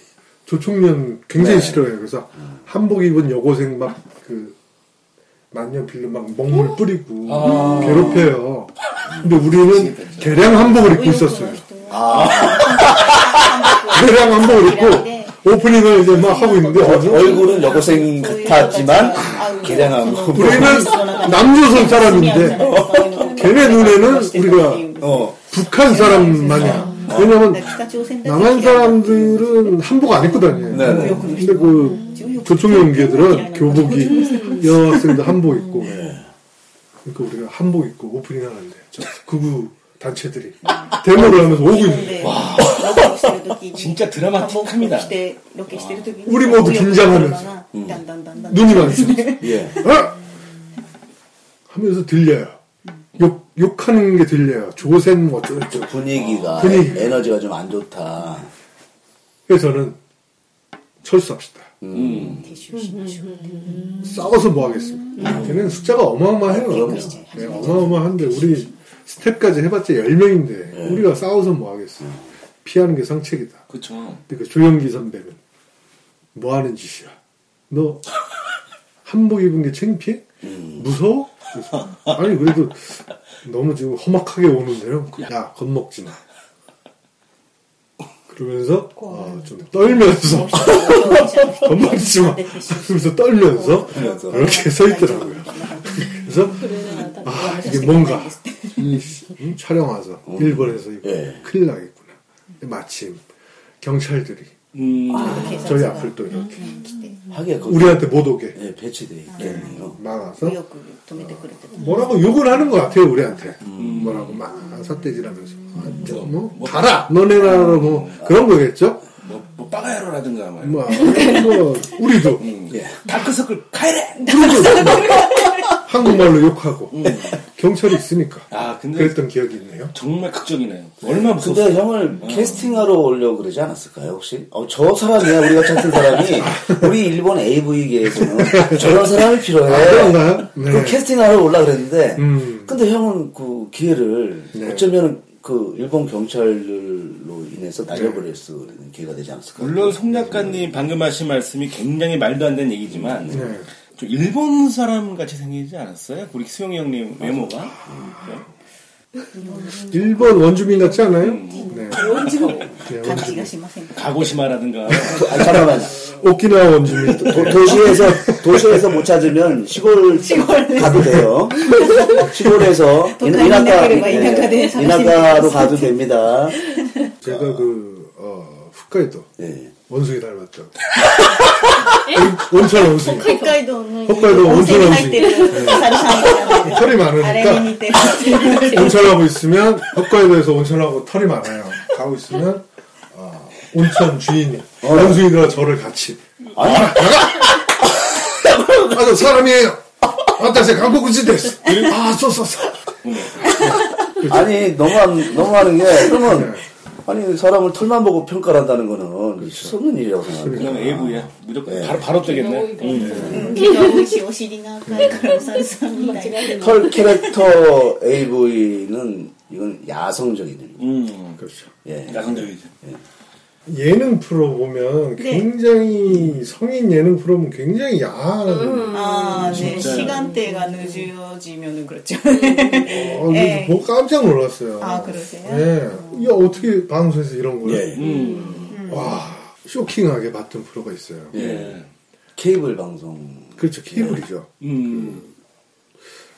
[SPEAKER 3] 조총련 굉장히
[SPEAKER 1] 네.
[SPEAKER 3] 싫어해요. 그래서 한복 입은 여고생 막 그 만년필로 막 먹물 뿌리고
[SPEAKER 5] 아.
[SPEAKER 3] 괴롭혀요. 근데 우리는 개량 한복을 입고 있었어요. 대량 한복을 입고 오프닝을 이제 막 하고 있는데
[SPEAKER 1] 어,
[SPEAKER 3] 저는
[SPEAKER 1] 얼굴은 여고생 같았지만 아, 음. 개량한 거.
[SPEAKER 3] 우리는 남조선 사람인데 걔네 눈에는 우리가
[SPEAKER 1] 어,
[SPEAKER 3] 북한 사람 마냥 왜냐면 남한 사람들은 한복 안 입고 다녀요.
[SPEAKER 1] 네, 네.
[SPEAKER 3] 근데 네, 그 조총련 걔들은 교복이 여학생들 한복 입고 그러니까 우리가 한복 입고 오프닝 하는데 저 극우 단체들이 데모를 하면서 오고 있는 거예요.
[SPEAKER 5] 진짜 드라마틱합니다.
[SPEAKER 3] 우리 모두 긴장하면서. 눈이 마주치고
[SPEAKER 1] 예.
[SPEAKER 3] 어? 하면서 들려요. 욕, 욕하는 게 들려요. 조센 뭐 어쩌고저쩌고.
[SPEAKER 1] 분위기가, 음.
[SPEAKER 3] 분위기.
[SPEAKER 1] 에너지가 좀 안 좋다.
[SPEAKER 3] 그래서 저는 철수합시다. 싸워서 뭐 하겠습니까? 걔는 숫자가 어마어마해요. 네, 어마어마한데 우리 스텝까지 해봤자 10명인데 우리가 싸워서 뭐 하겠어요. 피하는 게 상책이다.
[SPEAKER 5] 그쵸.
[SPEAKER 3] 그러니까 조영기 선배는 뭐 하는 짓이야? 너 한복 입은 게 창피해? 무서워? 그래서 아니 그래도 너무 지금 험악하게 오는데요. 야 겁먹지 마. 그러면서 아, 좀 떨면서 겁먹지 마. 그러면서 네, 어, 떨면서 이렇게 서 있더라고요. 그래서 아 이게 뭔가 이 음, 촬영 와서 일본에서 이거
[SPEAKER 1] 예.
[SPEAKER 3] 큰일 나겠구나. 마침 경찰들이
[SPEAKER 5] 음.
[SPEAKER 3] 아, 저희 앞을 또 이렇게 음,
[SPEAKER 1] 하기가 거기
[SPEAKER 3] 우리한테 못 오게
[SPEAKER 1] 예, 배치돼 있겠네요.
[SPEAKER 3] 막아서 뭐라고 욕을 하는 것 같아요 우리한테
[SPEAKER 5] 음.
[SPEAKER 3] 뭐라고 막 삿대질하면서 아, 저뭐 가라 너네 나라로 뭐
[SPEAKER 5] 음.
[SPEAKER 3] 그런 거겠죠
[SPEAKER 5] 뭐, 뭐, 빠가야로라든가, 뭐.
[SPEAKER 3] 뭐, 뭐 우리도
[SPEAKER 5] 음.
[SPEAKER 1] 예.
[SPEAKER 5] 다크서클, 카이레!
[SPEAKER 3] 우리도 뭐 한국말로 욕하고 경찰이 있으니까
[SPEAKER 5] 음. 아, 근데-
[SPEAKER 3] 그랬던 기억이 있네요
[SPEAKER 5] 정말 극적이네요. 얼마나 무서웠어.
[SPEAKER 1] 근데 형을 캐스팅하러 오려고 그러지 않았을까요, 혹시? 어, 저 사람이야, 우리가 찾던 사람이. 우리 일본 AV계에서는 저런 사람이 필요해.
[SPEAKER 3] 그런가요? 네.
[SPEAKER 1] 그 캐스팅하러 올라 그랬는데,
[SPEAKER 3] 음.
[SPEAKER 1] 근데 형은 그 기회를
[SPEAKER 3] 네.
[SPEAKER 1] 어쩌면 그 일본 경찰로 인해서
[SPEAKER 3] 네.
[SPEAKER 1] 날려버릴 수 있는 기회가 되지 않았을까요?
[SPEAKER 5] 물론 송 작가님 방금 하신 말씀이 굉장히 말도 안 되는 얘기지만
[SPEAKER 3] 네.
[SPEAKER 5] 좀 일본 사람 같이 생기지 않았어요? 우리 수영이 형님 외모가 네.
[SPEAKER 3] 일본 원주민 같지 않아요 네.
[SPEAKER 5] 가고시마라든가
[SPEAKER 1] 아, 잠깐만.
[SPEAKER 3] 오키나와 원주민
[SPEAKER 1] 도, 도시에서, 도시에서 못 찾으면 시골, 가도 돼요. 시골에서 인-
[SPEAKER 6] 독한
[SPEAKER 1] 인학가,
[SPEAKER 6] 인력거리가 인학가대에
[SPEAKER 1] 예,
[SPEAKER 6] 삼십
[SPEAKER 1] 인학가로 가도 됩니다.
[SPEAKER 3] 제가 그 어, 홋카이도
[SPEAKER 1] 예.
[SPEAKER 3] 원숭이 닮았죠 온- 온천 원숭이
[SPEAKER 6] 北海道の
[SPEAKER 3] 北海道温泉
[SPEAKER 6] に
[SPEAKER 3] 温
[SPEAKER 6] 入っ
[SPEAKER 3] 泉
[SPEAKER 6] てるサルサンド
[SPEAKER 3] 털이
[SPEAKER 6] があれ
[SPEAKER 3] 많으니까
[SPEAKER 6] に似てる
[SPEAKER 3] 온천하고 있으면 홋카이도에서 온천하고 털이 많아요. 가고 있으면 어, 온천 주인이 원숭이들과 저를 같이 아, 나가! 아, 저 사람이에요. 아따세 강복구지 됐어. 아, 쏘쏘쏘.
[SPEAKER 1] 아니 너무한 너무하는 게 그러면 아니 사람을 털만 보고 평가한다는 거는
[SPEAKER 3] 그렇죠.
[SPEAKER 1] 있을 수 없는 일이라고
[SPEAKER 5] 그냥
[SPEAKER 1] 생각합니다.
[SPEAKER 5] AV야 무조건 바로 바로 뜨겠네. 음.
[SPEAKER 6] 昨日お尻が赤いからお猿さんみたいな
[SPEAKER 1] 털 캐릭터 AV는 이건 야성적인 일이고
[SPEAKER 5] 음.
[SPEAKER 3] 그렇죠.
[SPEAKER 1] 예.
[SPEAKER 5] 야성적이지.
[SPEAKER 3] 예능 프로 보면 굉장히 성인 예능 프로면 굉장히 야한
[SPEAKER 6] 음. ああね志願定が24時면んくらっちゃうね
[SPEAKER 3] 아, 그래서
[SPEAKER 6] 예.
[SPEAKER 3] 보고 깜짝 놀랐어요. 네.
[SPEAKER 6] 아, 그러세요?
[SPEAKER 3] 예. 야, 어떻게 방송에서 이런 거를
[SPEAKER 1] 예.
[SPEAKER 5] 음.
[SPEAKER 3] 와, 쇼킹하게 봤던 프로가 있어요.
[SPEAKER 1] 예.
[SPEAKER 5] 네.
[SPEAKER 1] 케이블 방송.
[SPEAKER 3] 그렇죠. 케이블이죠.
[SPEAKER 5] 음.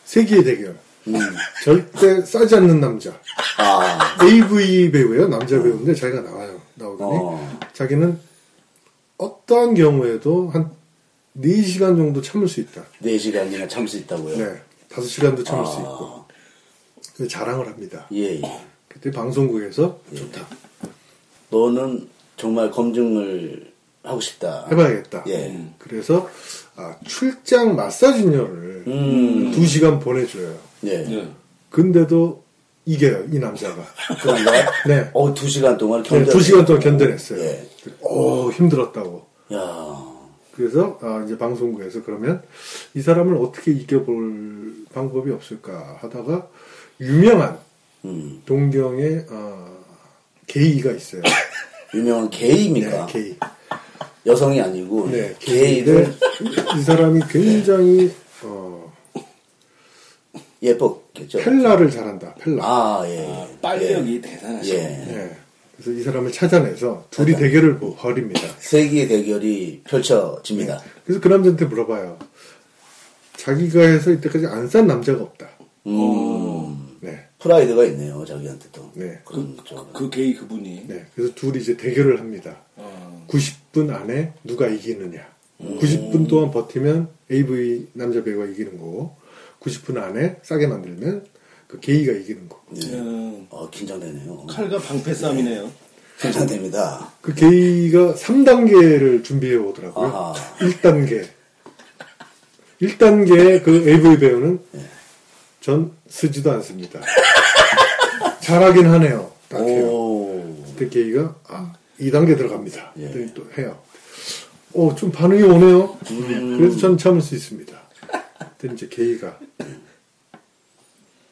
[SPEAKER 3] 세기의 대결.
[SPEAKER 1] 예. 음.
[SPEAKER 3] 절대 싸지 않는 남자.
[SPEAKER 1] 아.
[SPEAKER 3] AV 배우예요. 남자 배우인데 자기가 나와요. 나오더니
[SPEAKER 1] 어.
[SPEAKER 3] 자기는 어떠한 경우에도 한 4시간 정도 참을 수 있다.
[SPEAKER 1] 4시간이나 참을 수 있다고요?
[SPEAKER 3] 네. 5시간도 참을 수
[SPEAKER 1] 아.
[SPEAKER 3] 있고. 그 자랑을 합니다.
[SPEAKER 1] 예, 예.
[SPEAKER 3] 그때 방송국에서 좋다.
[SPEAKER 1] 너는 정말 검증을 하고 싶다.
[SPEAKER 3] 해봐야겠다.
[SPEAKER 1] 예.
[SPEAKER 3] 그래서 아, 출장 마사지녀를
[SPEAKER 1] 음.
[SPEAKER 3] 2시간 보내줘요.
[SPEAKER 1] 예.
[SPEAKER 5] 예.
[SPEAKER 3] 근데도 이겨요. 이 남자가.
[SPEAKER 1] 그런가요?
[SPEAKER 3] 네.
[SPEAKER 1] 어, 두 시간 동안
[SPEAKER 3] 네,
[SPEAKER 1] 견뎌.
[SPEAKER 3] 두 시간 동안 견뎌냈어요.
[SPEAKER 1] 예.
[SPEAKER 3] 오, 힘들었다고.
[SPEAKER 1] 야
[SPEAKER 3] 그래서 아, 이제 방송국에서 그러면 이 사람을 어떻게 이겨볼 방법이 없을까 하다가 유명한
[SPEAKER 1] 음.
[SPEAKER 3] 동경의 어, 게이가 있어요.
[SPEAKER 1] 유명한 게이입니까?
[SPEAKER 3] 네, 게이.
[SPEAKER 1] 여성이 아니고
[SPEAKER 3] 네, 게이인데
[SPEAKER 1] 게이를
[SPEAKER 3] 이 사람이 굉장히 어,
[SPEAKER 1] 예뻤겠죠.
[SPEAKER 3] 펠라를 잘한다. 펠라.
[SPEAKER 1] 아, 예. 예.
[SPEAKER 5] 빨력이 대단하시네.
[SPEAKER 1] 예.
[SPEAKER 3] 네. 그래서 이 사람을 찾아내서 둘이 대결을 뭐 벌입니다.
[SPEAKER 1] 세기의 대결이 펼쳐집니다.
[SPEAKER 3] 그래서 그 남자한테 물어봐요. 자기가 해서 이때까지 안 싼 남자가 없다.
[SPEAKER 1] 음.
[SPEAKER 3] 네.
[SPEAKER 1] 프라이드가 있네요, 자기한테도.
[SPEAKER 3] 네.
[SPEAKER 1] 그런 쪽.
[SPEAKER 5] 그 게이 그분이.
[SPEAKER 3] 네. 그래서 둘이 이제 대결을 합니다.
[SPEAKER 5] 어.
[SPEAKER 3] 90분 안에 누가 이기느냐. 90분 동안 버티면 AV 남자 배우가 이기는 거고, 90분 안에 싸게 만들면 그 게이가 이기는 거고.
[SPEAKER 5] 음,
[SPEAKER 1] 어, 긴장되네요.
[SPEAKER 5] 칼과 방패 싸움이네요.
[SPEAKER 1] 긴장됩니다.
[SPEAKER 3] 그 게이가 3단계를 준비해 오더라고요.
[SPEAKER 1] 아하.
[SPEAKER 3] 1단계. 1단계 그 AV 배우는
[SPEAKER 1] 예.
[SPEAKER 3] 전 쓰지도 않습니다. 잘하긴 하네요. 딱해요
[SPEAKER 1] 오.
[SPEAKER 3] 그때 게이가 아, 2단계 들어갑니다.
[SPEAKER 1] 예.
[SPEAKER 3] 그랬더니 또 해요. 오, 좀 반응이 오네요.
[SPEAKER 1] 음.
[SPEAKER 3] 그래서 전 참을 수 있습니다. 그때 이제 게이가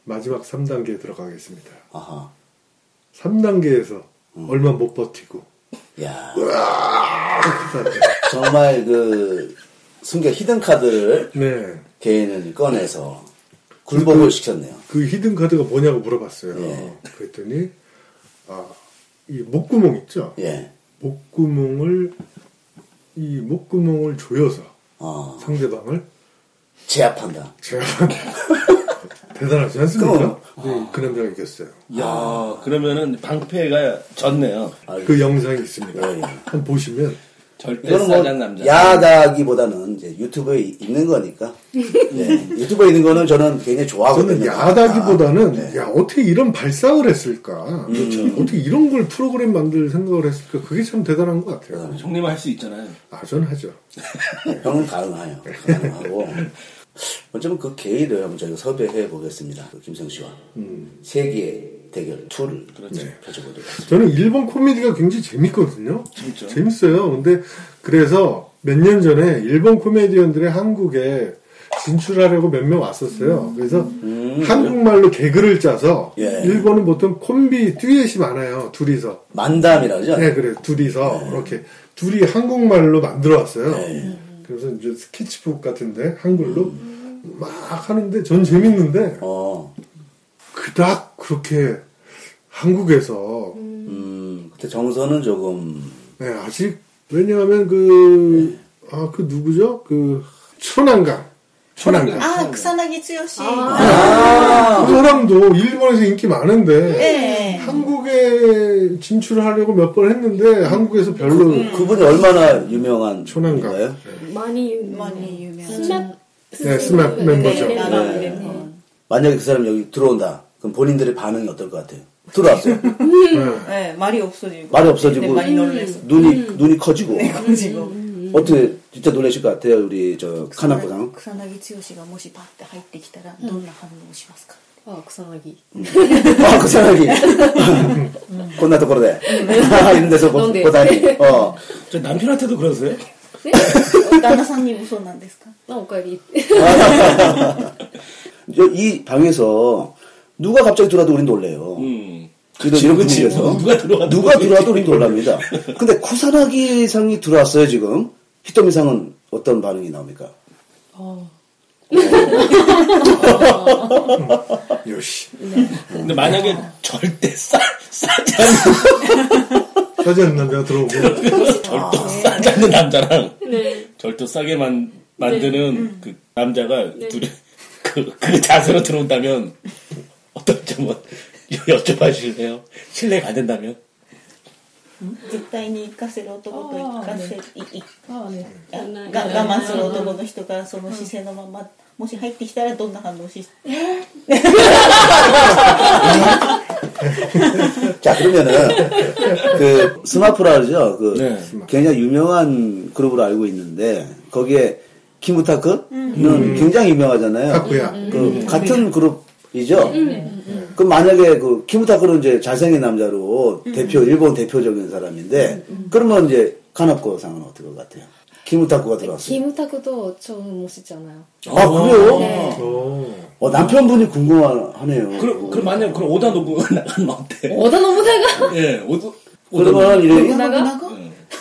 [SPEAKER 3] 마지막 3단계에 들어가겠습니다.
[SPEAKER 1] 아하.
[SPEAKER 3] 3단계에서
[SPEAKER 1] 음.
[SPEAKER 3] 얼마 못 버티고
[SPEAKER 1] 야
[SPEAKER 3] 끝났대요.
[SPEAKER 1] 정말 그 숨겨 히든 카드를
[SPEAKER 3] 네.
[SPEAKER 1] 개인은 꺼내서 굴복을 시켰네요.
[SPEAKER 3] 그 히든 카드가 뭐냐고 물어봤어요.
[SPEAKER 1] 예.
[SPEAKER 3] 그랬더니 아, 이 목구멍 있죠?
[SPEAKER 1] 예.
[SPEAKER 3] 목구멍을 이 목구멍을 조여서
[SPEAKER 1] 어.
[SPEAKER 3] 상대방을
[SPEAKER 1] 제압한다.
[SPEAKER 3] 제가 대단하지 않습니까?
[SPEAKER 1] 그럼.
[SPEAKER 3] 네, 그 남자가 이겼어요.
[SPEAKER 5] 야 그러면은 방패가 졌네요.
[SPEAKER 3] 그 영상이 있습니다.
[SPEAKER 1] 예, 예.
[SPEAKER 3] 한번 보시면
[SPEAKER 5] 절대
[SPEAKER 1] 이거는 뭐
[SPEAKER 5] 싸잔 그 남자.
[SPEAKER 1] 야다기보다는 이제 유튜브에 있는 거니까. 예. 유튜브에 있는 거는 저는 굉장히 좋아하거든요.
[SPEAKER 3] 저는 야다기보다는
[SPEAKER 1] 아, 네. 음.
[SPEAKER 3] 야 어떻게 이런 발상을 했을까? 어떻게 이런 걸 프로그램 만들 생각을 했을까? 그게 참 대단한 것 같아요.
[SPEAKER 5] 형님 할 수 있잖아요.
[SPEAKER 3] 아, 전 하죠.
[SPEAKER 1] 형은 가능해요. 가능하고. 어쩌면 그 게이를 한번 저희가 섭외해 보겠습니다. 그 김성 씨와.
[SPEAKER 3] 음.
[SPEAKER 1] 세기의 대결 2를
[SPEAKER 3] 그렇죠.
[SPEAKER 1] 네, 펼쳐보도록 하겠습니다.
[SPEAKER 3] 저는 일본 코미디가 굉장히 재밌거든요.
[SPEAKER 5] 진짜?
[SPEAKER 3] 재밌어요. 근데 그래서 몇 년 전에 일본 코미디언들이 한국에 진출하려고 몇 명 왔었어요. 음. 그래서 한국말로 개그를 짜서
[SPEAKER 1] 예.
[SPEAKER 3] 일본은 보통 콤비 듀엣이 많아요. 둘이서.
[SPEAKER 1] 만담이라고 하죠?
[SPEAKER 3] 네, 네. 그래. 둘이서 이렇게 둘이 한국말로 만들어 왔어요.
[SPEAKER 1] 예.
[SPEAKER 3] 그래서 이제 스케치북 같은데 한글로 막 하는데 전 재밌는데
[SPEAKER 1] 어.
[SPEAKER 3] 그닥 그렇게 한국에서
[SPEAKER 1] 음, 그때 정서는 조금
[SPEAKER 3] 네, 아직 왜냐하면 그 아 그 누구죠? 그 초난강. 초난강.
[SPEAKER 6] 아,草薙剛.
[SPEAKER 3] 그 사람도 일본에서 인기 많은데
[SPEAKER 6] 네.
[SPEAKER 3] 한국에 진출하려고 몇 번 했는데 한국에서 별로
[SPEAKER 1] 그분이 얼마나 유명한
[SPEAKER 3] 초난강.
[SPEAKER 1] 분인가요?
[SPEAKER 2] 많이
[SPEAKER 6] 많이 유명한.
[SPEAKER 2] 스맵
[SPEAKER 3] 네, 스맵 멤버죠.
[SPEAKER 2] 네.
[SPEAKER 1] 만약에 그 사람 여기 들어온다. 그럼 본인들의 반응이 어떨 것 같아요? 들어왔어요.
[SPEAKER 6] 네, 말이 없어지고.
[SPEAKER 1] 말이 없어지고.
[SPEAKER 6] 네, 많이 음. 네. 놀랬어.
[SPEAKER 1] 눈이 눈이 커지고
[SPEAKER 6] 그래가지고.
[SPEAKER 1] 어떻게 진짜 놀라실 것 같아요 우리 저 카나코상.
[SPEAKER 6] 草薙剛がもしパッて入ってきたらどんな反応をしますか、
[SPEAKER 7] 아, 구상하기.
[SPEAKER 1] 아, 그 생각이. 곤나 도코로 돼. 이런 데서 보,
[SPEAKER 7] 네.
[SPEAKER 1] 보다니. 어.
[SPEAKER 5] 저 남편한테도 그러세요?
[SPEAKER 6] 旦那さんにもそうなんですか
[SPEAKER 7] 나 오까기.
[SPEAKER 1] 저, 이 방에서 누가 갑자기 들어와도 우린 놀래요.
[SPEAKER 5] 음.
[SPEAKER 1] 그치,
[SPEAKER 5] 그치,
[SPEAKER 1] 이런
[SPEAKER 5] 그치.
[SPEAKER 1] 분위기에서
[SPEAKER 5] 누가 들어와도
[SPEAKER 1] 누가 들어와도 우린 놀랍니다. 근데 쿠사나기 상이 들어왔어요 지금. 히토미 상은 어떤 반응이 나옵니까?
[SPEAKER 3] よし。
[SPEAKER 5] 근데 만약에 절대 싸, 싸지 않는,
[SPEAKER 3] 사지 않는 남자가 들어오고.
[SPEAKER 5] 싸지 않는 남자랑
[SPEAKER 2] 네.
[SPEAKER 5] 절도 싸게 만, 만드는 그 남자가
[SPEAKER 2] 네.
[SPEAKER 5] 둘이 그, 그 자세로 들어온다면 어떤 점은 여쭤봐 주실래요? 신뢰가 안 된다면?
[SPEAKER 8] 絶対に行かせる男と行かせ、いい
[SPEAKER 4] ああね
[SPEAKER 8] が
[SPEAKER 2] ん
[SPEAKER 8] 我慢する男の人がその姿勢のまま、もし入ってきたらどんな反応し、
[SPEAKER 1] 자, 그러면은, 그, 스마프라 그러죠? 그,
[SPEAKER 5] 네.
[SPEAKER 1] 굉장히 유명한 그룹으로 알고 있는데, 거기에, 키무타크는 굉장히 유명하잖아요.
[SPEAKER 3] 타쿠야.
[SPEAKER 1] 그, 같은 그룹이죠? 그, 만약에 그, 키무타크는 이제 잘생긴 남자로 대표, 일본 대표적인 사람인데, 그러면 이제, 카나코 상은 어떨 것 같아요? 키무타쿠가 들어왔어요.
[SPEAKER 7] 김우탁도 좀 멋있잖아요.
[SPEAKER 1] 아, 그래요?
[SPEAKER 3] 어.
[SPEAKER 1] 어, 남편분이 궁금하네요.
[SPEAKER 5] 그럼, 그럼 만약에 그럼 오다 노부가 나가면 어때?
[SPEAKER 2] 어다 너무 내가
[SPEAKER 5] 예, 오다, 오다 노부.
[SPEAKER 1] 그러면 이렇게,
[SPEAKER 2] 나가?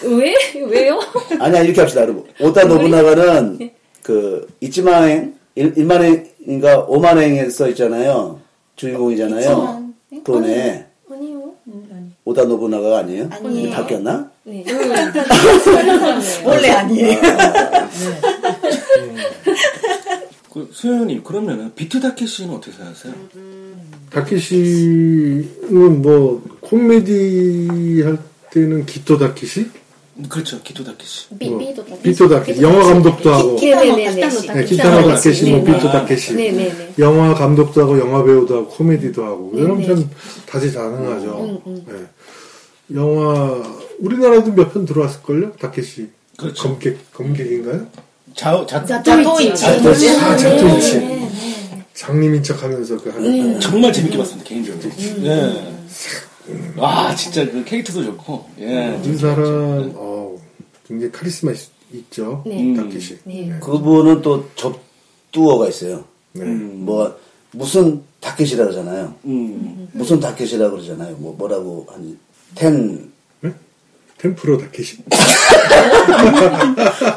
[SPEAKER 2] 왜? 왜요?
[SPEAKER 1] 아니야 이렇게 합시다 여러분 오다 노부나가는 그 이치마행 일- 일만행인가 오만행에서 있잖아요 주인공이잖아요 돈에
[SPEAKER 7] 아니요.
[SPEAKER 1] 오다 노부나가 아니에요?
[SPEAKER 8] 아니에요.
[SPEAKER 1] 이게 바뀌었나?
[SPEAKER 7] 네.
[SPEAKER 8] 원래 아니에요.
[SPEAKER 5] 그, 소연님, 그러면은 비트다케 씨는 어떻게 생각하세요?
[SPEAKER 3] 다케시는 뭐, 코미디 할 때는 기토 다케시?
[SPEAKER 5] 그렇죠, 기토다케 씨.
[SPEAKER 7] 비, 비도 다
[SPEAKER 3] 비토 다케시. 영화 감독도 하고.
[SPEAKER 7] 네네네.
[SPEAKER 3] 네, 기타노 다케시, 뭐, 비토 다케시.
[SPEAKER 7] 네네네.
[SPEAKER 3] 영화 감독도 하고 영화 배우도 하고 코미디도 하고 이런 편 다시 가능하죠. 예. 영화 우리나라도 몇 편 들어왔을걸요? 다케시
[SPEAKER 5] 그렇죠.
[SPEAKER 3] 검객 검객인가요?
[SPEAKER 5] 자, 자,
[SPEAKER 4] 자토이치.
[SPEAKER 3] 아 자토이치 장님인 척하면서 그
[SPEAKER 5] 네.
[SPEAKER 3] 하는
[SPEAKER 5] 정말 재밌게 봤습니다 개인적으로. 예. 와 진짜 그 캐릭터도 좋고. 예.
[SPEAKER 3] 이그 사람 어 굉장히 카리스마 있, 죠
[SPEAKER 7] 네.
[SPEAKER 3] 다케시. 네.
[SPEAKER 1] 그분은 또 접두어가 있어요
[SPEAKER 3] 네.
[SPEAKER 1] 뭐 무슨 다켓이라 그러잖아요
[SPEAKER 5] 음.
[SPEAKER 1] 무슨 다켓이라 그러잖아요 뭐 뭐라고 하니 텐
[SPEAKER 3] 템프로 다케시.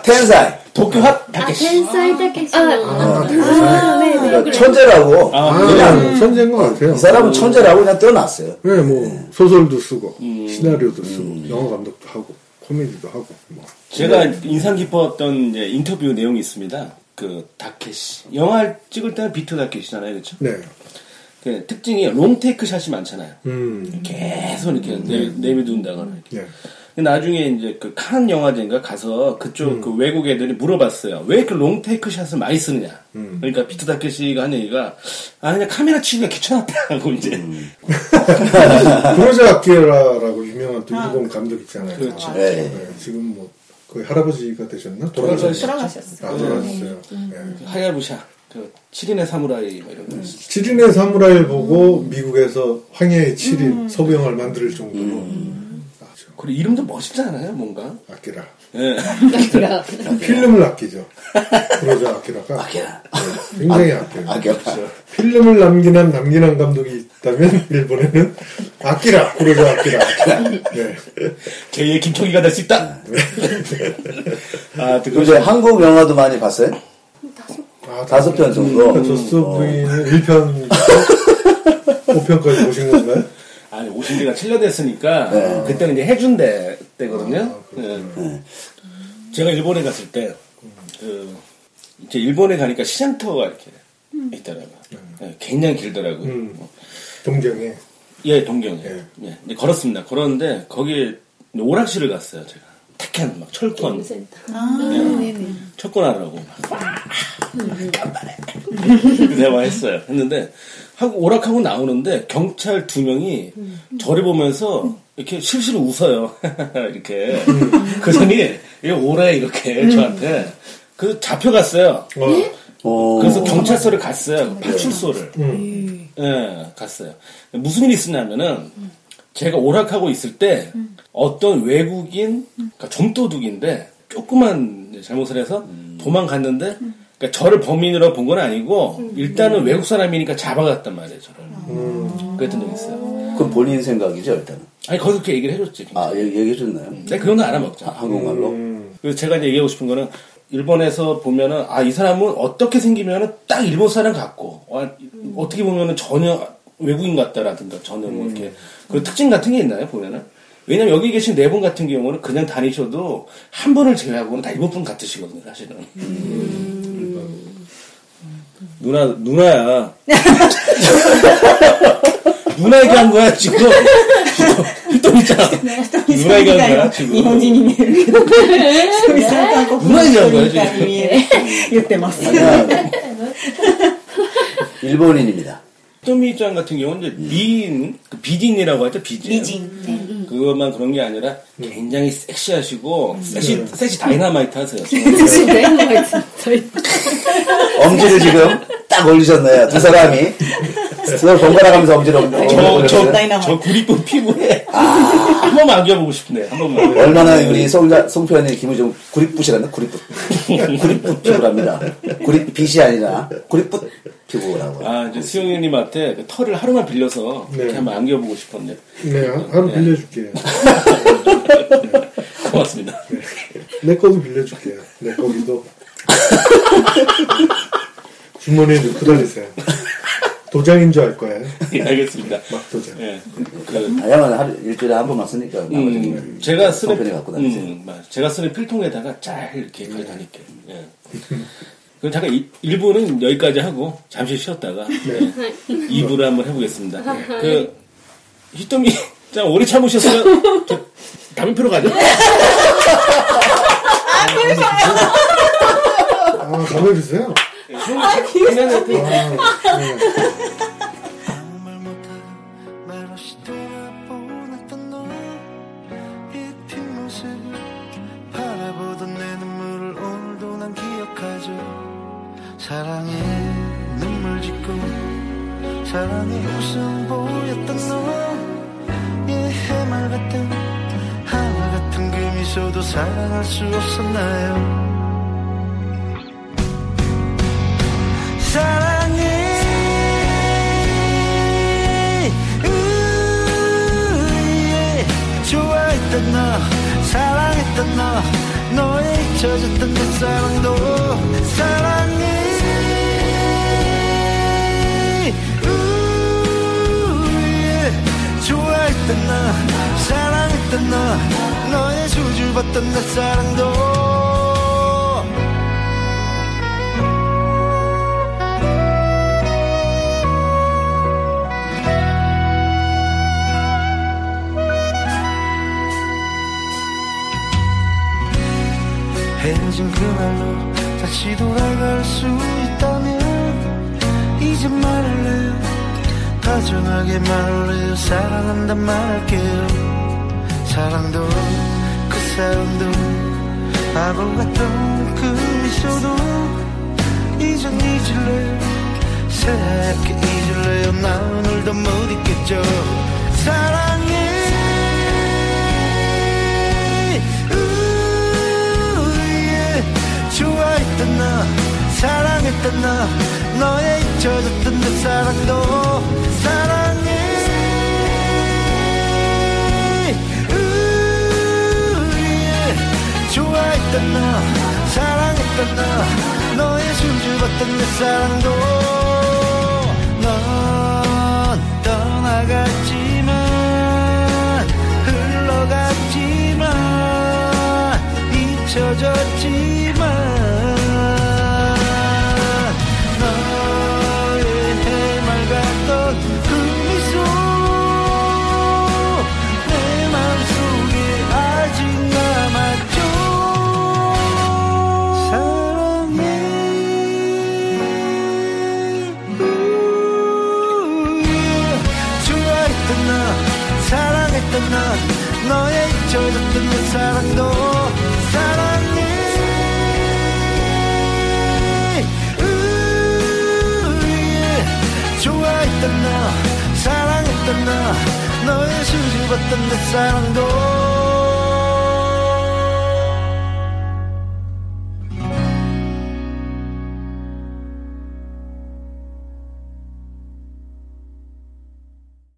[SPEAKER 1] 텐사이
[SPEAKER 7] 아,
[SPEAKER 5] 도쿄 핫 다케시.
[SPEAKER 2] 텐사이 다케시. 아,
[SPEAKER 3] 아, 다케시.
[SPEAKER 1] 그러니까 천재라고
[SPEAKER 3] 아,
[SPEAKER 1] 그냥
[SPEAKER 3] 천재인 것 같아요.
[SPEAKER 1] 이 사람은 천재라고 그냥 뛰어났어요
[SPEAKER 3] 네, 뭐 소설도 쓰고 시나리오도 쓰고 영화 감독도 하고 코미디도 하고 뭐.
[SPEAKER 5] 제가 인상 깊었던 이제 인터뷰 내용이 있습니다. 그 다케시 영화 찍을 때는 비트 다케시잖아요, 그렇죠?
[SPEAKER 3] 네.
[SPEAKER 5] 그 특징이 롱테이크 샷이 많잖아요.
[SPEAKER 3] 음.
[SPEAKER 5] 계속 이렇게 내, 내비둔다거나 이렇게.
[SPEAKER 3] 네.
[SPEAKER 5] 근데 나중에 이제 그 칸 영화제인가 가서 그쪽 그 외국 애들이 물어봤어요. 왜 이렇게 롱테이크 샷을 많이 쓰느냐. 그러니까 비트 다케시가 한 얘기가 아 그냥 카메라 치기가 귀찮았다고 이제
[SPEAKER 3] 브로자 아키에라라고 유명한 또 일본 감독 있잖아요.
[SPEAKER 5] 그렇죠.
[SPEAKER 1] 예.
[SPEAKER 3] 네, 지금 뭐 거의 할아버지가 되셨나?
[SPEAKER 5] 돌아가셨어요.
[SPEAKER 3] 돌아가셨어요. 아, 돌아가셨어요. 네.
[SPEAKER 5] 하야부샤 그 7인의 사무라이 뭐 이런 거.
[SPEAKER 3] 7인의 사무라이 보고
[SPEAKER 5] 음.
[SPEAKER 3] 미국에서 황해의 7인 서부 영화를 만들 정도로 아주
[SPEAKER 5] 그리고 이름도 멋있지 않아요? 뭔가?
[SPEAKER 3] 아키라.
[SPEAKER 5] 예.
[SPEAKER 3] 필름을 아끼죠. 브로자 아키라가
[SPEAKER 1] 아기야
[SPEAKER 3] 네, 굉장히 아껴요. 그렇죠.
[SPEAKER 1] 아기야
[SPEAKER 3] 필름을 남기는 남기란 감독이 있다면 일본에는 아끼라 브로자 아키라. 네.
[SPEAKER 5] 제2의 김총기가 될 수 있다! 아, 듣고
[SPEAKER 1] 이제 한국 영화도 많이 봤어요?
[SPEAKER 3] 아,
[SPEAKER 1] 다섯 편 정도. 어.
[SPEAKER 3] 저스 부인은 1편부터 5편까지 보신 건가요?
[SPEAKER 5] 아니, 오신 지가 7년 됐으니까, 그때는 이제 해준대 때거든요. 예. 제가 일본에 갔을 때, 그, 이제 일본에 가니까 시장터가 이렇게 있더라고요. 예, 굉장히 길더라고요. 어.
[SPEAKER 3] 음. 동경에.
[SPEAKER 5] 예, 동경에.
[SPEAKER 3] 예.
[SPEAKER 5] 예. 근데 걸었습니다. 걸었는데, 거기에 오락실을 갔어요, 제가. 택한, 막, 철권. 네. 철권하라고 막 깜빡해 대화했어요. 했는데 하고 오락하고 나오는데 경찰 두 명이 저를 보면서 이렇게 실실 웃어요. 이렇게 그러니 이 오래 이렇게 저한테 그 잡혀갔어요.
[SPEAKER 3] 어,
[SPEAKER 1] 어,
[SPEAKER 5] 그래서 경찰서를 갔어요. 그 파출소를. 예, 갔어요. 무슨 일이 있었냐면은, 제가 오락하고 있을 때, 어떤 외국인, 그러니까 좀도둑인데, 조그만 잘못을 해서 도망갔는데, 그러니까 저를 범인으로 본 건 아니고, 일단은 외국 사람이니까 잡아갔단 말이에요, 저를. 그랬던 적이 있어요.
[SPEAKER 1] 그 본인 생각이죠, 일단은.
[SPEAKER 5] 아니, 거기서 그렇게 얘기를 해줬지.
[SPEAKER 1] 아, 얘기, 얘기해줬나요?
[SPEAKER 5] 내가 그런 거 알아먹잖아.
[SPEAKER 1] 한국말로?
[SPEAKER 5] 그래서 제가 이제 얘기하고 싶은 거는 일본에서 보면은 아 이 사람은 어떻게 생기면은 딱 일본 사람 같고 아, 어떻게 보면은 전혀 외국인 같다라든가 전혀 뭐 이렇게 그런 특징 같은 게 있나요 보면은 왜냐면 여기 계신 네 분 같은 경우는 그냥 다니셔도 한 분을 제외하고는 다 일본 분 같으시거든요 사실은 음. 누나 누나야 누나 얘기한 거야 지금 또 있잖아 누나 얘기한 거야
[SPEAKER 8] が日本
[SPEAKER 5] 지금
[SPEAKER 8] 人に見えるけど、久々に韓国の人みたいに見える言ってます。
[SPEAKER 1] 아니야. 일본인입니다.
[SPEAKER 5] 토미짱 같은 경우는 이제 미인, 그 비딘이라고 하죠, 비딘.
[SPEAKER 8] 美人。ね
[SPEAKER 5] 음 그것만 그런 게 아니라 굉장히 섹시하시고, 섹시, 섹시 다이나마이트 하세요.
[SPEAKER 1] 엄지를 지금 딱 올리셨네요. 두 사람이 서로 번갈아 가면서 엄지를 올리-
[SPEAKER 5] 저, 저,
[SPEAKER 1] 올리셨어요.
[SPEAKER 8] 다이나마이트.
[SPEAKER 5] 저 구리뽀 피부에 한 번만 안겨보고 싶네, 한 번만.
[SPEAKER 1] 얼마나 우리 송자, 송편이 김이 좀 구릿붓이란다, 구릿붓. 구릿붓 피부랍니다. 구릿빛이 아니라 구릿붓 피부라고.
[SPEAKER 5] 아, 이제 수영님한테 그 털을 하루만 빌려서 이렇게
[SPEAKER 3] 네.
[SPEAKER 5] 한번 안겨보고 싶었는데.
[SPEAKER 3] 네, 한- 한번 빌려줄게요.
[SPEAKER 5] 고맙습니다.
[SPEAKER 3] 내 거도 빌려줄게요. 내 거기도. 주머니에 넣고 다니세요. 도장인 줄 알 거예요.
[SPEAKER 5] 예, 알겠습니다.
[SPEAKER 3] 막 도장.
[SPEAKER 5] 예. 그,
[SPEAKER 1] 다양한 하루, 일주일에 한 번만 쓰니까. 나머지는
[SPEAKER 5] 음, 제가 쓰는
[SPEAKER 1] 그 성편이 갖고 다니세요. 음.
[SPEAKER 5] 음, 맞아요. 제가 쓰는 필통에다가 잘 이렇게 가지고 다닐게요. 예. 그럼 잠깐 이, 1부는 여기까지 하고 잠시 쉬었다가 예. 2부를 한번 해보겠습니다. 예. 그 히토미 짱 오래 참으셨어요? 저, 담임 표로 가죠?
[SPEAKER 3] 아, 가만히 계세요.
[SPEAKER 5] 그
[SPEAKER 3] 아, 네.
[SPEAKER 9] 그 좋아했던 너 사랑했던 너 너의 잊혀졌던 내 사랑도 사랑해 우예 좋아했던 너 사랑했던 너 너의 수줍었던 그 내 사랑도 헤어진 그날로 다시 돌아갈 수 있다면 이제 말할래요 다정하게 말할래요 사랑한다 말할게요 사랑도 그 사랑도 바보 같던 그 미소도 이젠 잊을래요 새하얗게 잊을래요 나 오늘도 못 잊겠죠 사랑해 우예 좋아했던 너 사랑했던 너 너의 잊혀졌던 내 사랑도 사랑해 우예 좋아했던 너 사랑했던 너 너의 숨죽었던 내 사랑도 넌 떠나갔지만 흘러갔지만 잊혀졌지만 너의 해말 같던 그 미소 내 마음속에 아직 남았죠 사랑해 우예. 좋아했던 너 사랑했던 너 너의 잊혀졌던 내 사랑도 사랑해 우예. 좋아했던 너 사랑했던 너 너의 수줍었던 내 사랑도